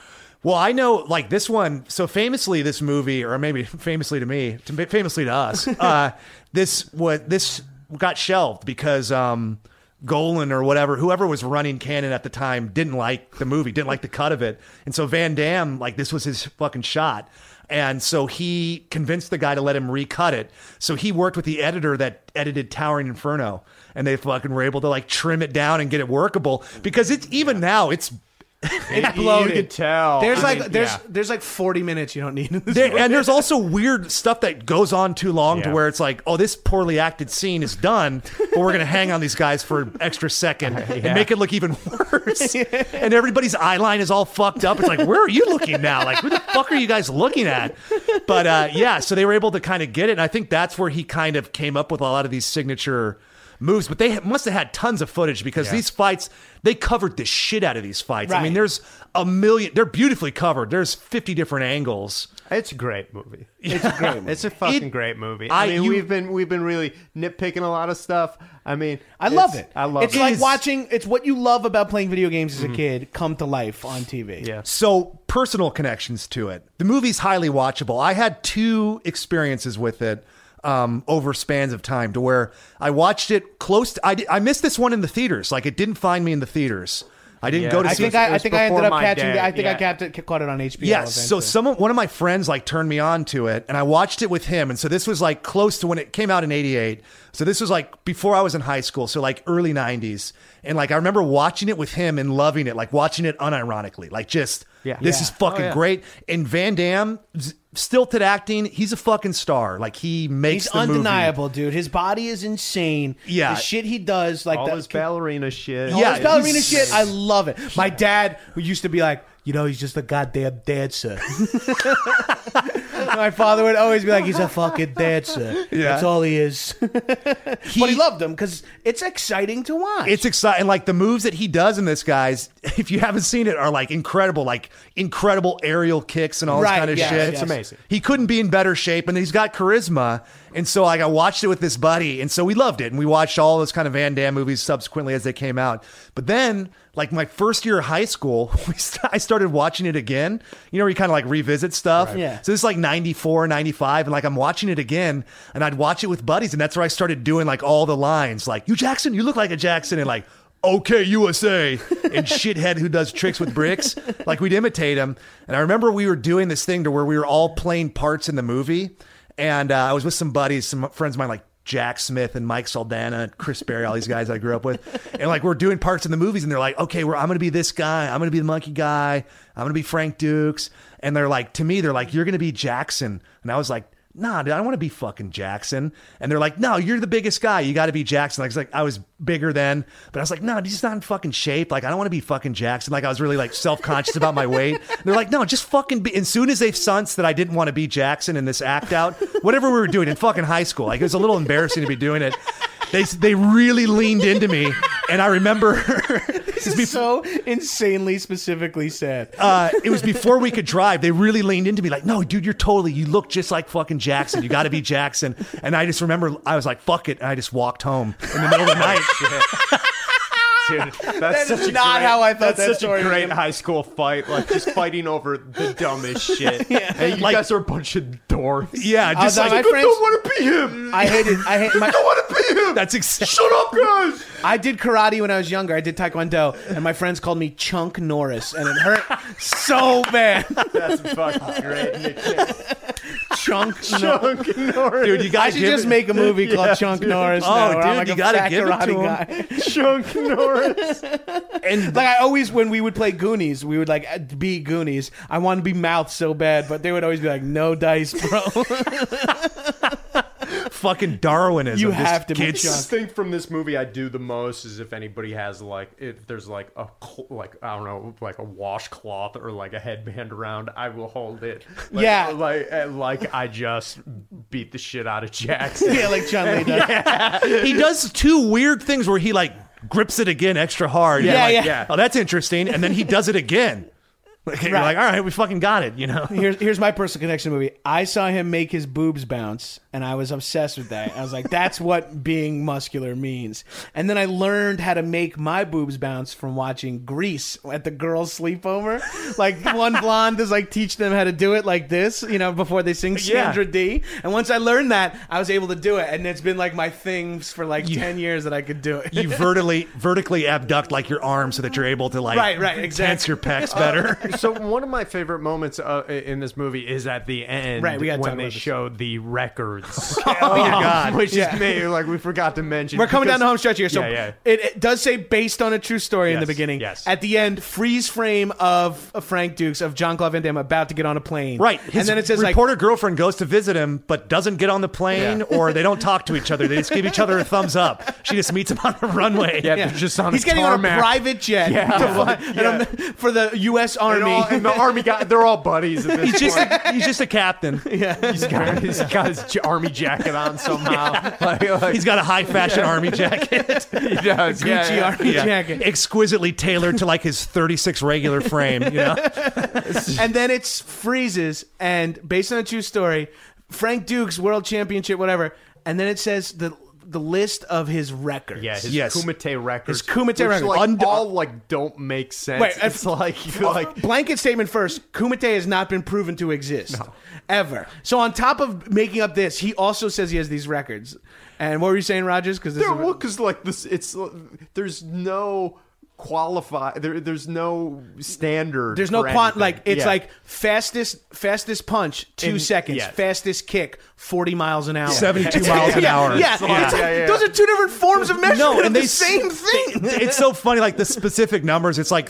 S5: Well, I know, like this one. So famously, this movie, or maybe famously to me, to, famously to us, uh, this what this got shelved because um, Golan or whatever, whoever was running Canon at the time, didn't like the movie, didn't like the cut of it, and so Van Damme, like this was his fucking shot. And so he convinced the guy to let him recut it. So he worked with the editor that edited Towering Inferno, and they fucking were able to like trim it down and get it workable because it's even now it's
S1: It's bloated.
S6: could tell.
S1: There's
S6: I
S1: like
S6: mean,
S1: there's
S6: yeah.
S1: there's like 40 minutes you don't need. In this
S5: There, and there's also weird stuff that goes on too long to
S6: Yeah.
S5: where it's like, oh, this poorly acted scene is done, but we're gonna hang on these guys for an extra second and make it look even worse. and everybody's eye line is all fucked up. It's like, where are you looking now? Like, who the fuck are you guys looking at? But uh, yeah, so they were able to kind of get it, and I think that's where he kind of came up with a lot of these signature moves. But they must have had tons of footage because these fights, they covered the shit out of these fights. I mean,
S1: Right.
S5: there's a million. They're beautifully covered. There's 50 different angles.
S6: It's a great movie. It's a great movie. It's a fucking
S5: It-
S6: great movie.
S5: I-
S6: I, mean,
S5: you-
S6: we've been we've been really nitpicking a lot of stuff. I mean,
S1: I
S6: it's-
S1: love it.
S6: I love
S1: it's
S6: it. Mm-hmm.
S1: like
S5: It's-
S1: watching. It's what you love about playing video games as a kid come to life on TV.
S6: Yeah.
S5: So personal connections to it. The movie's highly watchable. I had two experiences with it um, over spans of time to where I watched it close. To, I di- I missed this one in the theaters. Like it didn't find me in the theaters. I didn't
S6: Yeah.
S5: go to
S1: I
S5: see.
S1: think
S6: It
S1: I, I
S6: was
S1: think I ended
S6: before
S1: up
S6: my
S1: catching.
S6: day.
S1: I think I
S6: Yeah.
S1: capped it, caught it on HBO.
S5: Yes. So
S1: eventually.
S5: someone, one of my friends, like turned me on to it, and I watched it with him. And so this was like close to when it came out in '88. So this was like before I was in high school. So like early '90s, and like I remember watching it with him and loving it, like watching it unironically, like just
S6: Yeah.
S5: this
S6: Yeah.
S5: is fucking
S6: Oh, yeah.
S5: great. And Van Damme, z- stilted acting, he's a fucking star. Like he makes
S1: he's
S5: the movie.
S1: undeniable, dude. His body is insane.
S5: Yeah.
S1: the shit he does, like
S6: all
S1: that,
S6: his ballerina shit.
S1: all
S5: Yeah,
S1: his ballerina
S5: he's-
S1: shit. I love it. My dad, who used to be like, you know, he's just a goddamn dancer. My father would always be like, "He's a fucking dancer. That's all he is." but he loved him because it's exciting to watch.
S5: It's exciting. Like the moves that he does in this, guys, if you haven't seen it, are like incredible, like incredible aerial kicks and all this
S1: Right,
S5: kind of
S1: yes,
S5: shit.
S1: yes. It's
S6: amazing.
S5: He couldn't be in better shape, and he's got charisma. And so, like, I watched it with this buddy, and so we loved it. And we watched all those kind of Van Damme movies subsequently as they came out. But then, like, my first year of high school, we st- I started watching it again. You know, where you kind of like revisit stuff.
S1: Yeah.
S5: So this is like 94, 95, and like I'm watching it again, and I'd watch it with buddies, and that's where I started doing like all the lines, like, you Jackson, you look like a Jackson, and like, okay, USA, and shithead who does tricks with bricks. Like we'd imitate him. And I remember we were doing this thing to where we were all playing parts in the movie, and uh, I was with some buddies, some friends of mine, like Jack Smith and Mike Saldana, and Chris Berry, all these guys I grew up with. And like we're doing parts in the movies and they're like, okay, well, I'm going to be this guy. I'm going to be the monkey guy. I'm going to be Frank Dukes. And they're like, to me, they're like, you're going to be Jackson. And I was like, nah, dude, I want to be fucking Jackson. And they're like, no, you're the biggest guy. You got to be Jackson. Like, it's like I was bigger then, but I was like, no, he's not in fucking shape. Like, I don't want to be fucking Jackson. Like, I was really like self conscious about my weight. And they're like, no, just fucking be. And soon as they sensed that I didn't want to be Jackson in this act out, whatever we were doing in fucking high school, like it was a little embarrassing to be doing it. They, they really leaned into me. And I remember
S1: This is so insanely specifically said.
S5: uh, it was before we could drive. They really leaned into me, like, "No, dude, you're totally. You look just like fucking Jackson. You got to be Jackson." And I just remember, I was like, "Fuck it," and I just walked home in the middle of the night.
S6: Dude, that's
S1: That is
S6: such a
S1: not
S6: great-
S1: how I thought
S6: that's
S1: that
S6: such
S1: story
S6: a
S1: was
S6: great
S1: gonna-
S6: high school fight, like just fighting over the dumbest shit. Hey, you
S5: Like-
S6: guys are a bunch of dorks.
S5: Yeah, just
S1: Although
S5: like
S1: Uh, my friends-
S6: don't want to be him.
S1: I hated. I hate my.
S6: want to be him.
S5: that's exactly.
S6: Shut up, guys.
S1: I did karate when I was younger. I did taekwondo, and my friends called me Chunk Norris, and it hurt so bad.
S6: That's fucking great. nickname.
S1: Chunk Norris.
S6: Chunk Norris.
S5: Dude, you
S1: I
S5: guys
S1: should just make a movie called Chunk Norris.
S5: Oh,
S1: now, where I'm like
S5: dude, you
S1: a
S5: gotta
S1: fat
S5: give it
S1: karate
S5: to 'em.
S1: guy.
S6: Chunk Norris.
S5: and
S1: Like I always, when we would play Goonies, we would like be Goonies. I wanted to be mouth so bad, but they would always be like, "No dice, bro."
S5: fucking Darwinism.
S1: You
S5: Just
S1: have to be
S5: kids-
S1: Chunk.
S6: The thing from this movie I do the most is if anybody has like if there's like a cl- like I don't know like a washcloth or like a headband around I will hold it like,
S1: Yeah.
S6: like uh, like I just beat the shit out of Jackson
S1: yeah, like Chun Li does.
S5: He does two weird things where he like grips it again extra hard.
S1: Yeah,
S5: You're like,
S1: yeah.
S5: Oh, that's interesting. And then he does it again. Like, You're
S1: Right.
S5: like, all right, we fucking got it. You know.
S1: Here's here's my personal connection to the movie. I saw him make his boobs bounce, and I was obsessed with that. I was like, "That's what being muscular means." And then I learned how to make my boobs bounce from watching Grease at the girls' sleepover. Like one blonde is like teach them how to do it like this, you know, before they sing
S5: Yeah.
S1: Sandra D. And once I learned that, I was able to do it, and it's been like my thing for like ten years that I could do it.
S5: You vertically vertically abduct like your arm so that you're able to like
S1: Right, right,
S5: tense
S1: exactly.
S5: your pecs better.
S6: so one of my favorite moments uh, in this movie is at the end
S1: Right, we gotta talk
S6: when they
S1: about this.
S6: show the records oh,
S5: God.
S6: which
S1: Yeah.
S6: is me like we forgot to mention
S1: We're coming
S6: because-
S1: down the home stretch here. So
S6: Yeah, yeah.
S1: It, it does say based on a true story in the
S6: Yes,
S1: beginning.
S6: yes.
S1: At the end, freeze frame of of Frank Dukes of John Claude Van Damme about to get on a plane.
S5: Right.
S1: and then it says like
S5: reporter girlfriend goes to visit him, but doesn't get on the plane, or they don't talk to each other. They just give each other a thumbs up. She just meets him on the runway.
S6: yeah, they're just on
S1: he's
S6: a
S1: getting on
S6: tarmac.
S1: a private jet to fly- and
S6: yeah.
S1: I'm- for the U.S.
S6: and,
S1: Army.
S6: all, and the army guy they're all buddies at this
S5: He's just
S6: point.
S5: he's just a captain.
S6: He's got his, got his j- army jacket on somehow. Like, like,
S5: He's got a high fashion army jacket,
S6: he does. Yeah,
S1: Gucci
S6: yeah.
S1: Army jacket.
S5: exquisitely tailored to like his 36 regular frame. You know,
S1: and then it freezes and based on a true story frank duke's world championship whatever and then it says the the list of his records
S6: Yeah, his
S5: Yes.
S6: Kumite records.
S1: His Kumite
S6: which,
S1: records.
S6: Like,
S5: Und-
S6: all like don't make sense.
S1: Wait,
S6: it's like like
S1: blanket statement first kumite has not been proven to exist ever so on top of making up this he also says he has these records and what were you saying rogers because this
S6: there
S1: is-
S6: well, cause like this it's
S2: uh,
S6: there's no qualify there there's no standard.
S1: there's no
S6: for
S1: quant
S6: anything.
S1: like it's
S6: Yeah.
S1: like fastest fastest punch two
S6: In-
S1: seconds
S6: yeah.
S1: fastest kick 40 miles an hour
S5: 72 miles an
S1: yeah,
S5: hour.
S1: yeah,
S6: It's like-
S1: It's like-
S6: Yeah, yeah.
S1: those are two different forms of measurement
S5: No,
S1: of
S5: and
S1: the
S5: they
S1: same thing
S5: it's so funny. Like the specific numbers, it's like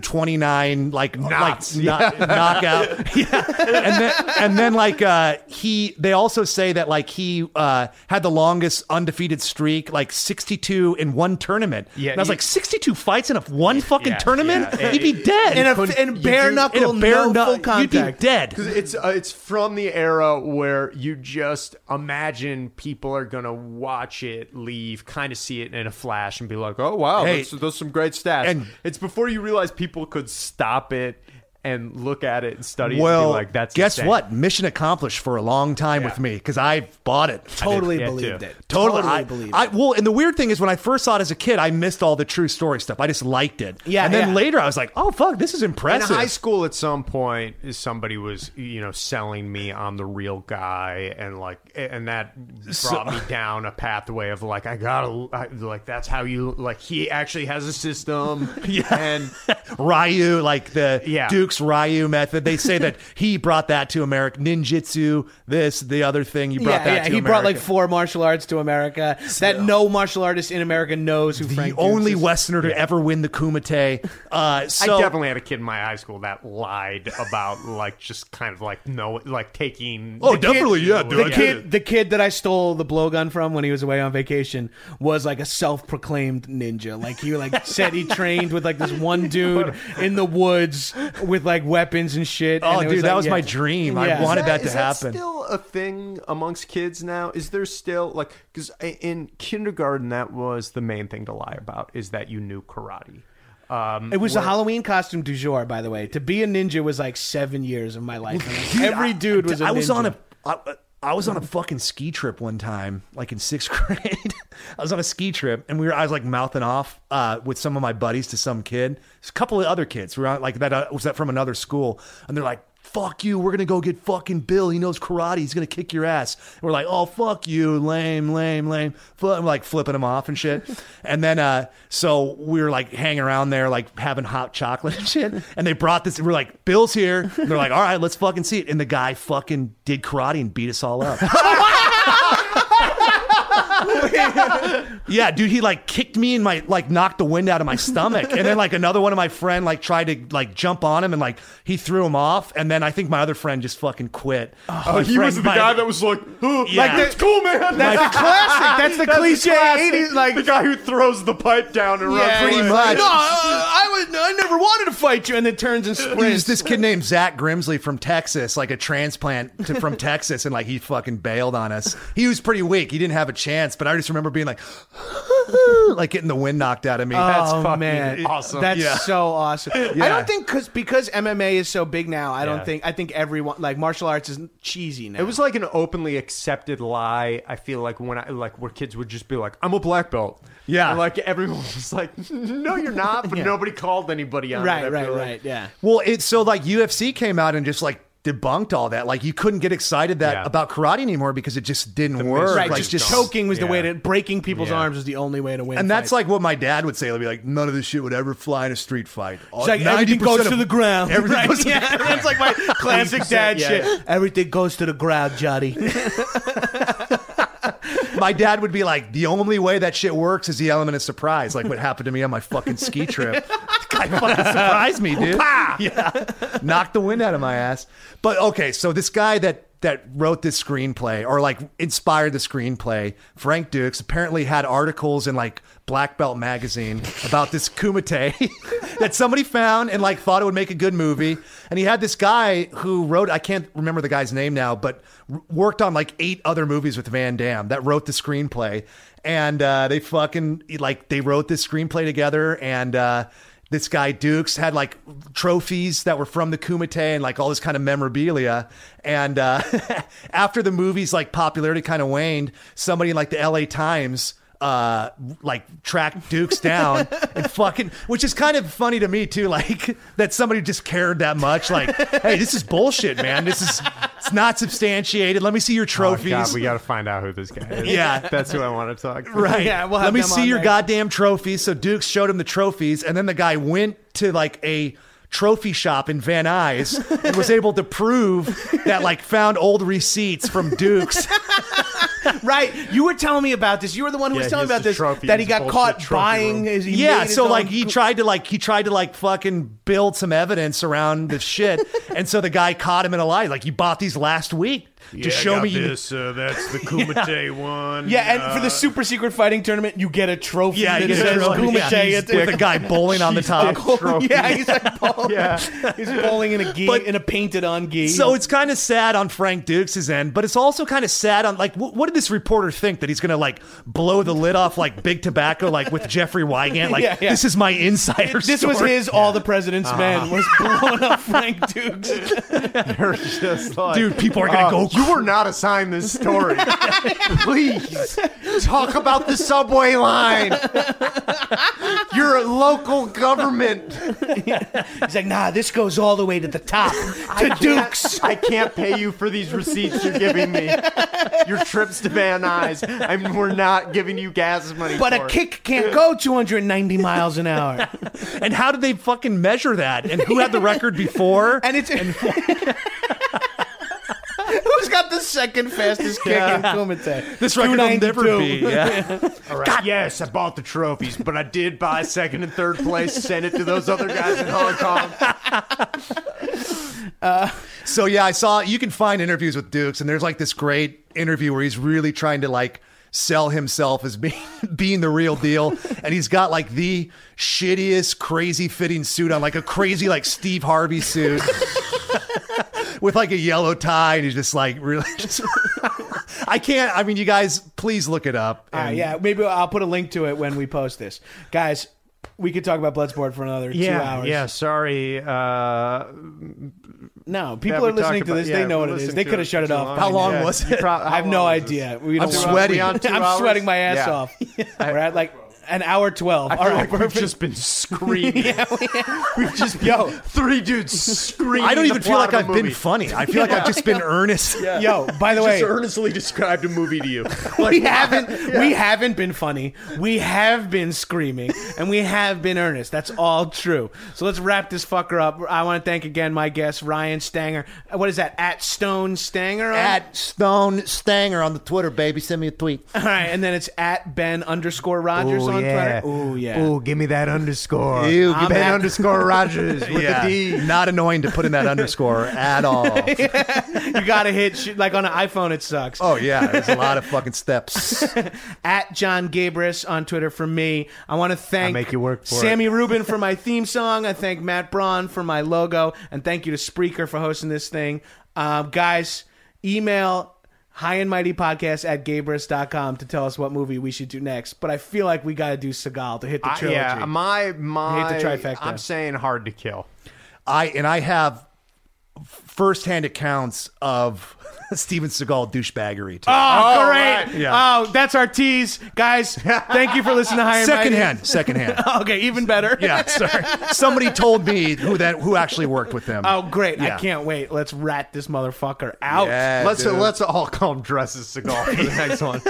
S5: 329 like
S6: Knots.
S5: like knock- knockout. Yeah, and then and then like uh, he they also say that like he uh, had the longest undefeated streak, like 62 in one tournament.
S6: Yeah,
S5: and I was
S6: you-
S5: like 62 fights in a one fucking tournament,
S6: yeah.
S5: you'd be dead.
S1: In a- in
S5: You
S1: bare
S5: do-
S1: knuckle, no
S5: knuck-
S1: full
S5: You'd
S1: contact.
S5: be dead.
S2: Because it's uh, it's from the era where you just imagine people are gonna watch it, leave, kind of see it in a flash, and be like, "Oh wow,
S5: Hey,
S2: that's, those are some great stats."
S5: and-
S2: it's before you realize people could stop it and look at it and study it.
S5: Well,
S2: And be like that's
S5: guess
S2: insane."
S5: what? Mission accomplished for a long time with me because I bought it.
S1: Totally
S6: Yeah,
S1: believed
S6: too.
S1: it.
S5: Totally,
S1: I,
S5: I,
S1: believed
S5: I,
S1: it.
S5: well, and the weird thing is, when I first saw it as a kid, I missed all the true story stuff. I just liked it.
S1: Yeah,
S5: and then
S1: yeah.
S5: later I was like, "Oh fuck, this is
S2: In
S5: impressive."
S2: high school, at some point, somebody was you know selling me on the real guy, and like, and that brought me down a pathway of like, I gotta I, like that's how you like. He actually has a system, yeah, and
S5: Ryu, like the
S2: Yeah.
S5: Duke's Ryu method. They say that he brought that to America. Ninjutsu, this, the other thing. You brought
S1: yeah,
S5: that
S1: yeah.
S5: to
S1: He
S5: America.
S1: brought like four martial arts to America that no martial artist in America knows who
S5: the
S1: Frank Dukes
S5: only
S1: is.
S5: Westerner to ever win the Kumite. Uh, so,
S2: I definitely had a kid in my high school that lied about like just kind of like no, like taking.
S5: Oh, definitely, yeah, dude.
S1: The kid, the kid that I stole the blowgun from when he was away on vacation was like a self-proclaimed ninja. Like he like said he trained with like this one dude in the woods with like weapons and shit.
S5: oh,
S1: and it
S5: dude, that
S1: like,
S5: was my
S1: yeah.
S5: dream.
S1: Yeah.
S5: I
S1: Is
S5: wanted
S2: Is
S5: that,
S2: is
S5: to happen.
S2: Still a thing amongst kids now? Is there still like because in kindergarten that was the main thing to lie about is that you knew karate. Um,
S1: It was the Halloween costume du jour, by the way. To be a ninja was like seven years of my life. And, like, every dude was. a
S5: I was
S1: ninja.
S5: on a. I, I was on a fucking ski trip one time, like in sixth grade. I was on a ski trip, and we were. I was like mouthing off uh, with some of my buddies to some kid. There's a couple of other kids. We were on, like that uh, was that from another school, and they're like. Fuck you! We're gonna go get fucking Bill. He knows karate. He's gonna kick your ass. And we're like, oh fuck you, lame, lame, lame. Fu- I'm like flipping him off and shit. And then, uh, so we were like hanging around there, like having hot chocolate and shit. And they brought this. We're like, Bill's here. And they're like, all right, let's fucking see it. And the guy fucking did karate and beat us all up. Yeah, dude, he like kicked me and my like knocked the wind out of my stomach. And then like another one of my friend like tried to like jump on him and like he threw him off. And then I think my other friend just fucking quit. Oh,
S2: he was the guy that was like, "Huh,
S5: Yeah.
S2: like that's cool, man.
S1: That's the classic. That's the cliche '80s. Like
S2: the guy who throws the pipe down and runs.
S5: pretty
S1: he's
S2: away.
S5: much.
S1: like, No, I, I was. I never wanted to fight you, and then turns and
S5: There's
S1: sprints.
S5: this kid named Zach Grimsley from Texas, like a transplant to, from Texas, and like he fucking bailed on us. He was pretty weak; he didn't have a chance. But I just remember being like, like getting the wind knocked out of me.
S2: That's
S1: oh,
S2: fucking
S1: man.
S2: awesome.
S1: That's
S5: Yeah.
S1: so awesome. I
S5: Yeah.
S1: don't think because because MMA is so big now. I
S6: Yeah.
S1: don't think I think everyone like martial arts is cheesy now.
S2: It was like an openly accepted lie. I feel like when I like where kids would just be like, "I'm a black belt."
S5: Yeah.
S2: and like everyone was like, "No, you're not," but nobody called anybody on. it, I
S1: right,
S2: feel
S1: right,
S2: like.
S1: right. Yeah.
S5: Well, it's so like UFC came out and just like debunked all that. Like you couldn't get excited that
S6: Yeah.
S5: about karate anymore because it just didn't work.
S1: Right,
S5: like
S1: just, choking was the way to breaking people's
S6: Yeah.
S1: arms was the only way to win.
S5: And that's
S1: fights.
S5: like what my dad would say. He'd be like, "None of this shit would ever fly in a street fight. All-
S1: It's like everything
S5: 90%
S1: goes
S5: of-
S1: to the ground.
S5: Everything
S1: right?
S5: goes to the
S1: yeah, that's like my classic dad
S2: Yeah,
S1: shit.
S2: yeah.
S1: Everything goes to the ground, Johnny.
S5: my dad would be like, the only way that shit works is the element of surprise, like what happened to me on my fucking ski trip. The guy fucking surprised me, dude. Yeah. Knocked the wind out of my ass. But okay, so this guy that that wrote this screenplay or like inspired the screenplay, Frank Dukes, apparently had articles in like Black Belt magazine about this kumite that somebody found and like thought it would make a good movie. And he had this guy who wrote, I can't remember the guy's name now, but r- worked on like eight other movies with Van Damme that wrote the screenplay. And uh, they fucking, like, they wrote this screenplay together. And uh, this guy, Dukes, had like trophies that were from the Kumite and like all this kind of memorabilia. And uh, after the movie's like popularity kind of waned, somebody in like the LA Times uh like track dukes down and fucking which is kind of funny to me too like that somebody just cared that much like hey this is bullshit man this is it's not substantiated let me see your
S6: Oh,
S5: trophies
S6: God, we got to find out who this guy is.
S5: Yeah.
S6: that's who I want to talk. To.
S5: right
S1: Yeah, we'll have
S5: let me
S1: them
S5: see
S1: on
S5: your
S1: there.
S5: goddamn trophies so dukes showed him the trophies and then the guy went to like a trophy shop in van nuys and was able to prove that like found old receipts from dukes
S1: Right. You were telling me about this. You were the one who
S2: Yeah,
S1: was telling me
S2: he's
S1: about
S2: the
S1: this.
S2: trophy-
S1: that he
S2: he's
S1: got
S2: bullshit
S1: caught
S2: trophy
S1: buying
S2: room.
S1: his. he made
S5: yeah
S1: his
S5: so
S1: own
S5: like he tried to like he tried to like fucking build some evidence around the shit and so the guy caught him in a lie like you bought these last week to show me you
S2: Uh, that's the Kumite one.
S1: Yeah, and for the super secret fighting tournament, you get a trophy
S5: Yeah,
S1: that
S5: you get a
S1: says
S5: trophy.
S1: Kumite.
S5: Yeah,
S1: It's-
S5: with the guy bowling on the top.
S1: yeah, he's like bowling. he's bowling in a gi,
S5: But-
S1: in a painted on gi.
S5: So it's kind of sad on Frank Dukes' end, but it's also kind of sad on like wh- what did this reporter think that he's gonna like blow the lid off like big tobacco like with Jeffrey Wygant like
S1: Yeah, yeah.
S5: this is my insider.
S1: this was
S5: story.
S1: his all the president's
S2: Uh-huh.
S1: men was blowing up Frank Dukes.
S2: They're just like,
S5: Dude, people are gonna
S2: uh,
S5: go
S2: You were not assigned this story. Please talk about the subway line. You're a local government.
S1: He's like, nah, this goes all the way to the top to Dukes.
S2: I can't pay you for these receipts you're giving me. Your trips to Van Nuys. I mean, we're not giving you gas money.
S1: But
S2: for
S1: a
S2: it.
S1: kick can't go 290 miles an hour.
S5: And how did they fucking measure that? And who had the record before?
S1: And it's. Who's got the second fastest kick in Kumite?
S5: this record will never
S1: 292.
S5: be. Yeah.
S2: All right. Yes, I bought the trophies, but I did buy second and third place, sent it to those other guys in Hong Kong.
S5: So yeah, I saw you can find interviews with Dukes, and there's like this great interview where he's really trying to like sell himself as being being the real deal, and he's got like the shittiest, crazy fitting suit on, like a crazy like Steve Harvey suit. With like a yellow tie, and he's just like really. Just, I can't. I mean, you guys, please look it up.
S2: Ah,
S1: All right,
S5: And-
S1: yeah, maybe I'll put a link to it when we post this. Guys, we could talk about Bloodsport for another two hours.
S2: yeah. Sorry, uh,
S1: No, people
S2: we
S1: are listening
S2: talked
S1: to
S2: about-
S1: this.
S2: yeah,
S1: they know what
S2: we
S1: it is.
S2: listened
S1: They
S2: to
S1: could
S2: it
S1: have shut it
S2: too
S1: off.
S2: long.
S1: by
S5: How
S1: now.
S5: long
S2: Yeah,
S5: was
S2: you
S5: it?
S2: prob-
S1: I have
S2: how
S1: no
S2: long is
S1: idea.
S2: this?
S1: We don't
S5: I'm
S1: know.
S2: Are we
S5: sweating.
S2: on two
S1: I'm
S2: hours?
S1: sweating my ass
S2: Yeah.
S1: off. We're at like an hour twelve. All
S2: All
S1: right,
S2: right, we've
S1: perfect.
S2: just been screaming. We've just been
S1: Yo.
S2: three dudes screaming.
S5: I don't
S2: the
S5: even feel
S2: plot
S5: like
S2: of a
S5: I've been
S2: movie.
S5: funny. I feel like I've just been earnest.
S1: Yo, by the way,
S2: earnestly described a movie to you.
S1: we haven't we haven't been funny. We have been screaming and we have been earnest. That's all true. So let's wrap this fucker up. I want to thank again my guest Ryan Stanger. What is that? At Stone Stanger. on-
S5: At Stone Stanger on the Twitter, baby, send me a tweet.
S1: all right, and then it's at Ben underscore Rogers on Twitter. Ooh yeah.
S2: Ooh, give me that underscore.
S5: Ew, give
S2: give
S5: me
S2: ben
S5: that-
S2: underscore Rogers with
S5: yeah.
S2: a D.
S5: Not annoying to put in that underscore at all.
S1: You gotta hit shit like on an iPhone. It sucks.
S5: Oh yeah, there's a lot of fucking steps.
S1: at John Gabris on Twitter for me. I want to thank
S2: make you work for
S1: Sammy Rubin for my theme song. I thank Matt Braun for my logo, and thank you to Spreaker for hosting this thing. Um, guys, email high and mighty podcast at gabris.com to tell us what movie we should do next. But I feel like we got to do Seagal to hit the
S2: I,
S1: trilogy.
S2: yeah, my my.
S1: hate the trifecta.
S2: I'm saying hard to kill.
S5: I and I have firsthand accounts of Steven Seagal douchebaggery. Too.
S1: Oh,
S2: right.
S1: great. Oh, that's our tease. Guys, thank you for listening to High and Mighty.
S5: secondhand, secondhand.
S1: Okay, even better.
S5: Yeah, sorry. Somebody told me who that who actually worked with them.
S1: Oh, great.
S5: Yeah.
S1: I can't wait. Let's rat this motherfucker out.
S5: Yeah,
S2: let's
S5: dude.
S2: let's all call him Dresses Seagal for the next one.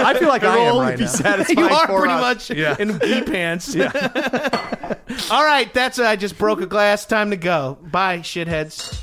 S5: I feel like I
S2: It'll
S5: am
S2: only
S5: right
S2: be
S5: now.
S2: satisfying
S1: you are
S2: for
S1: pretty
S2: us.
S1: much
S5: Yeah.
S1: in bee pants. All right, that's I just broke a glass. Time to go. Bye, shitheads.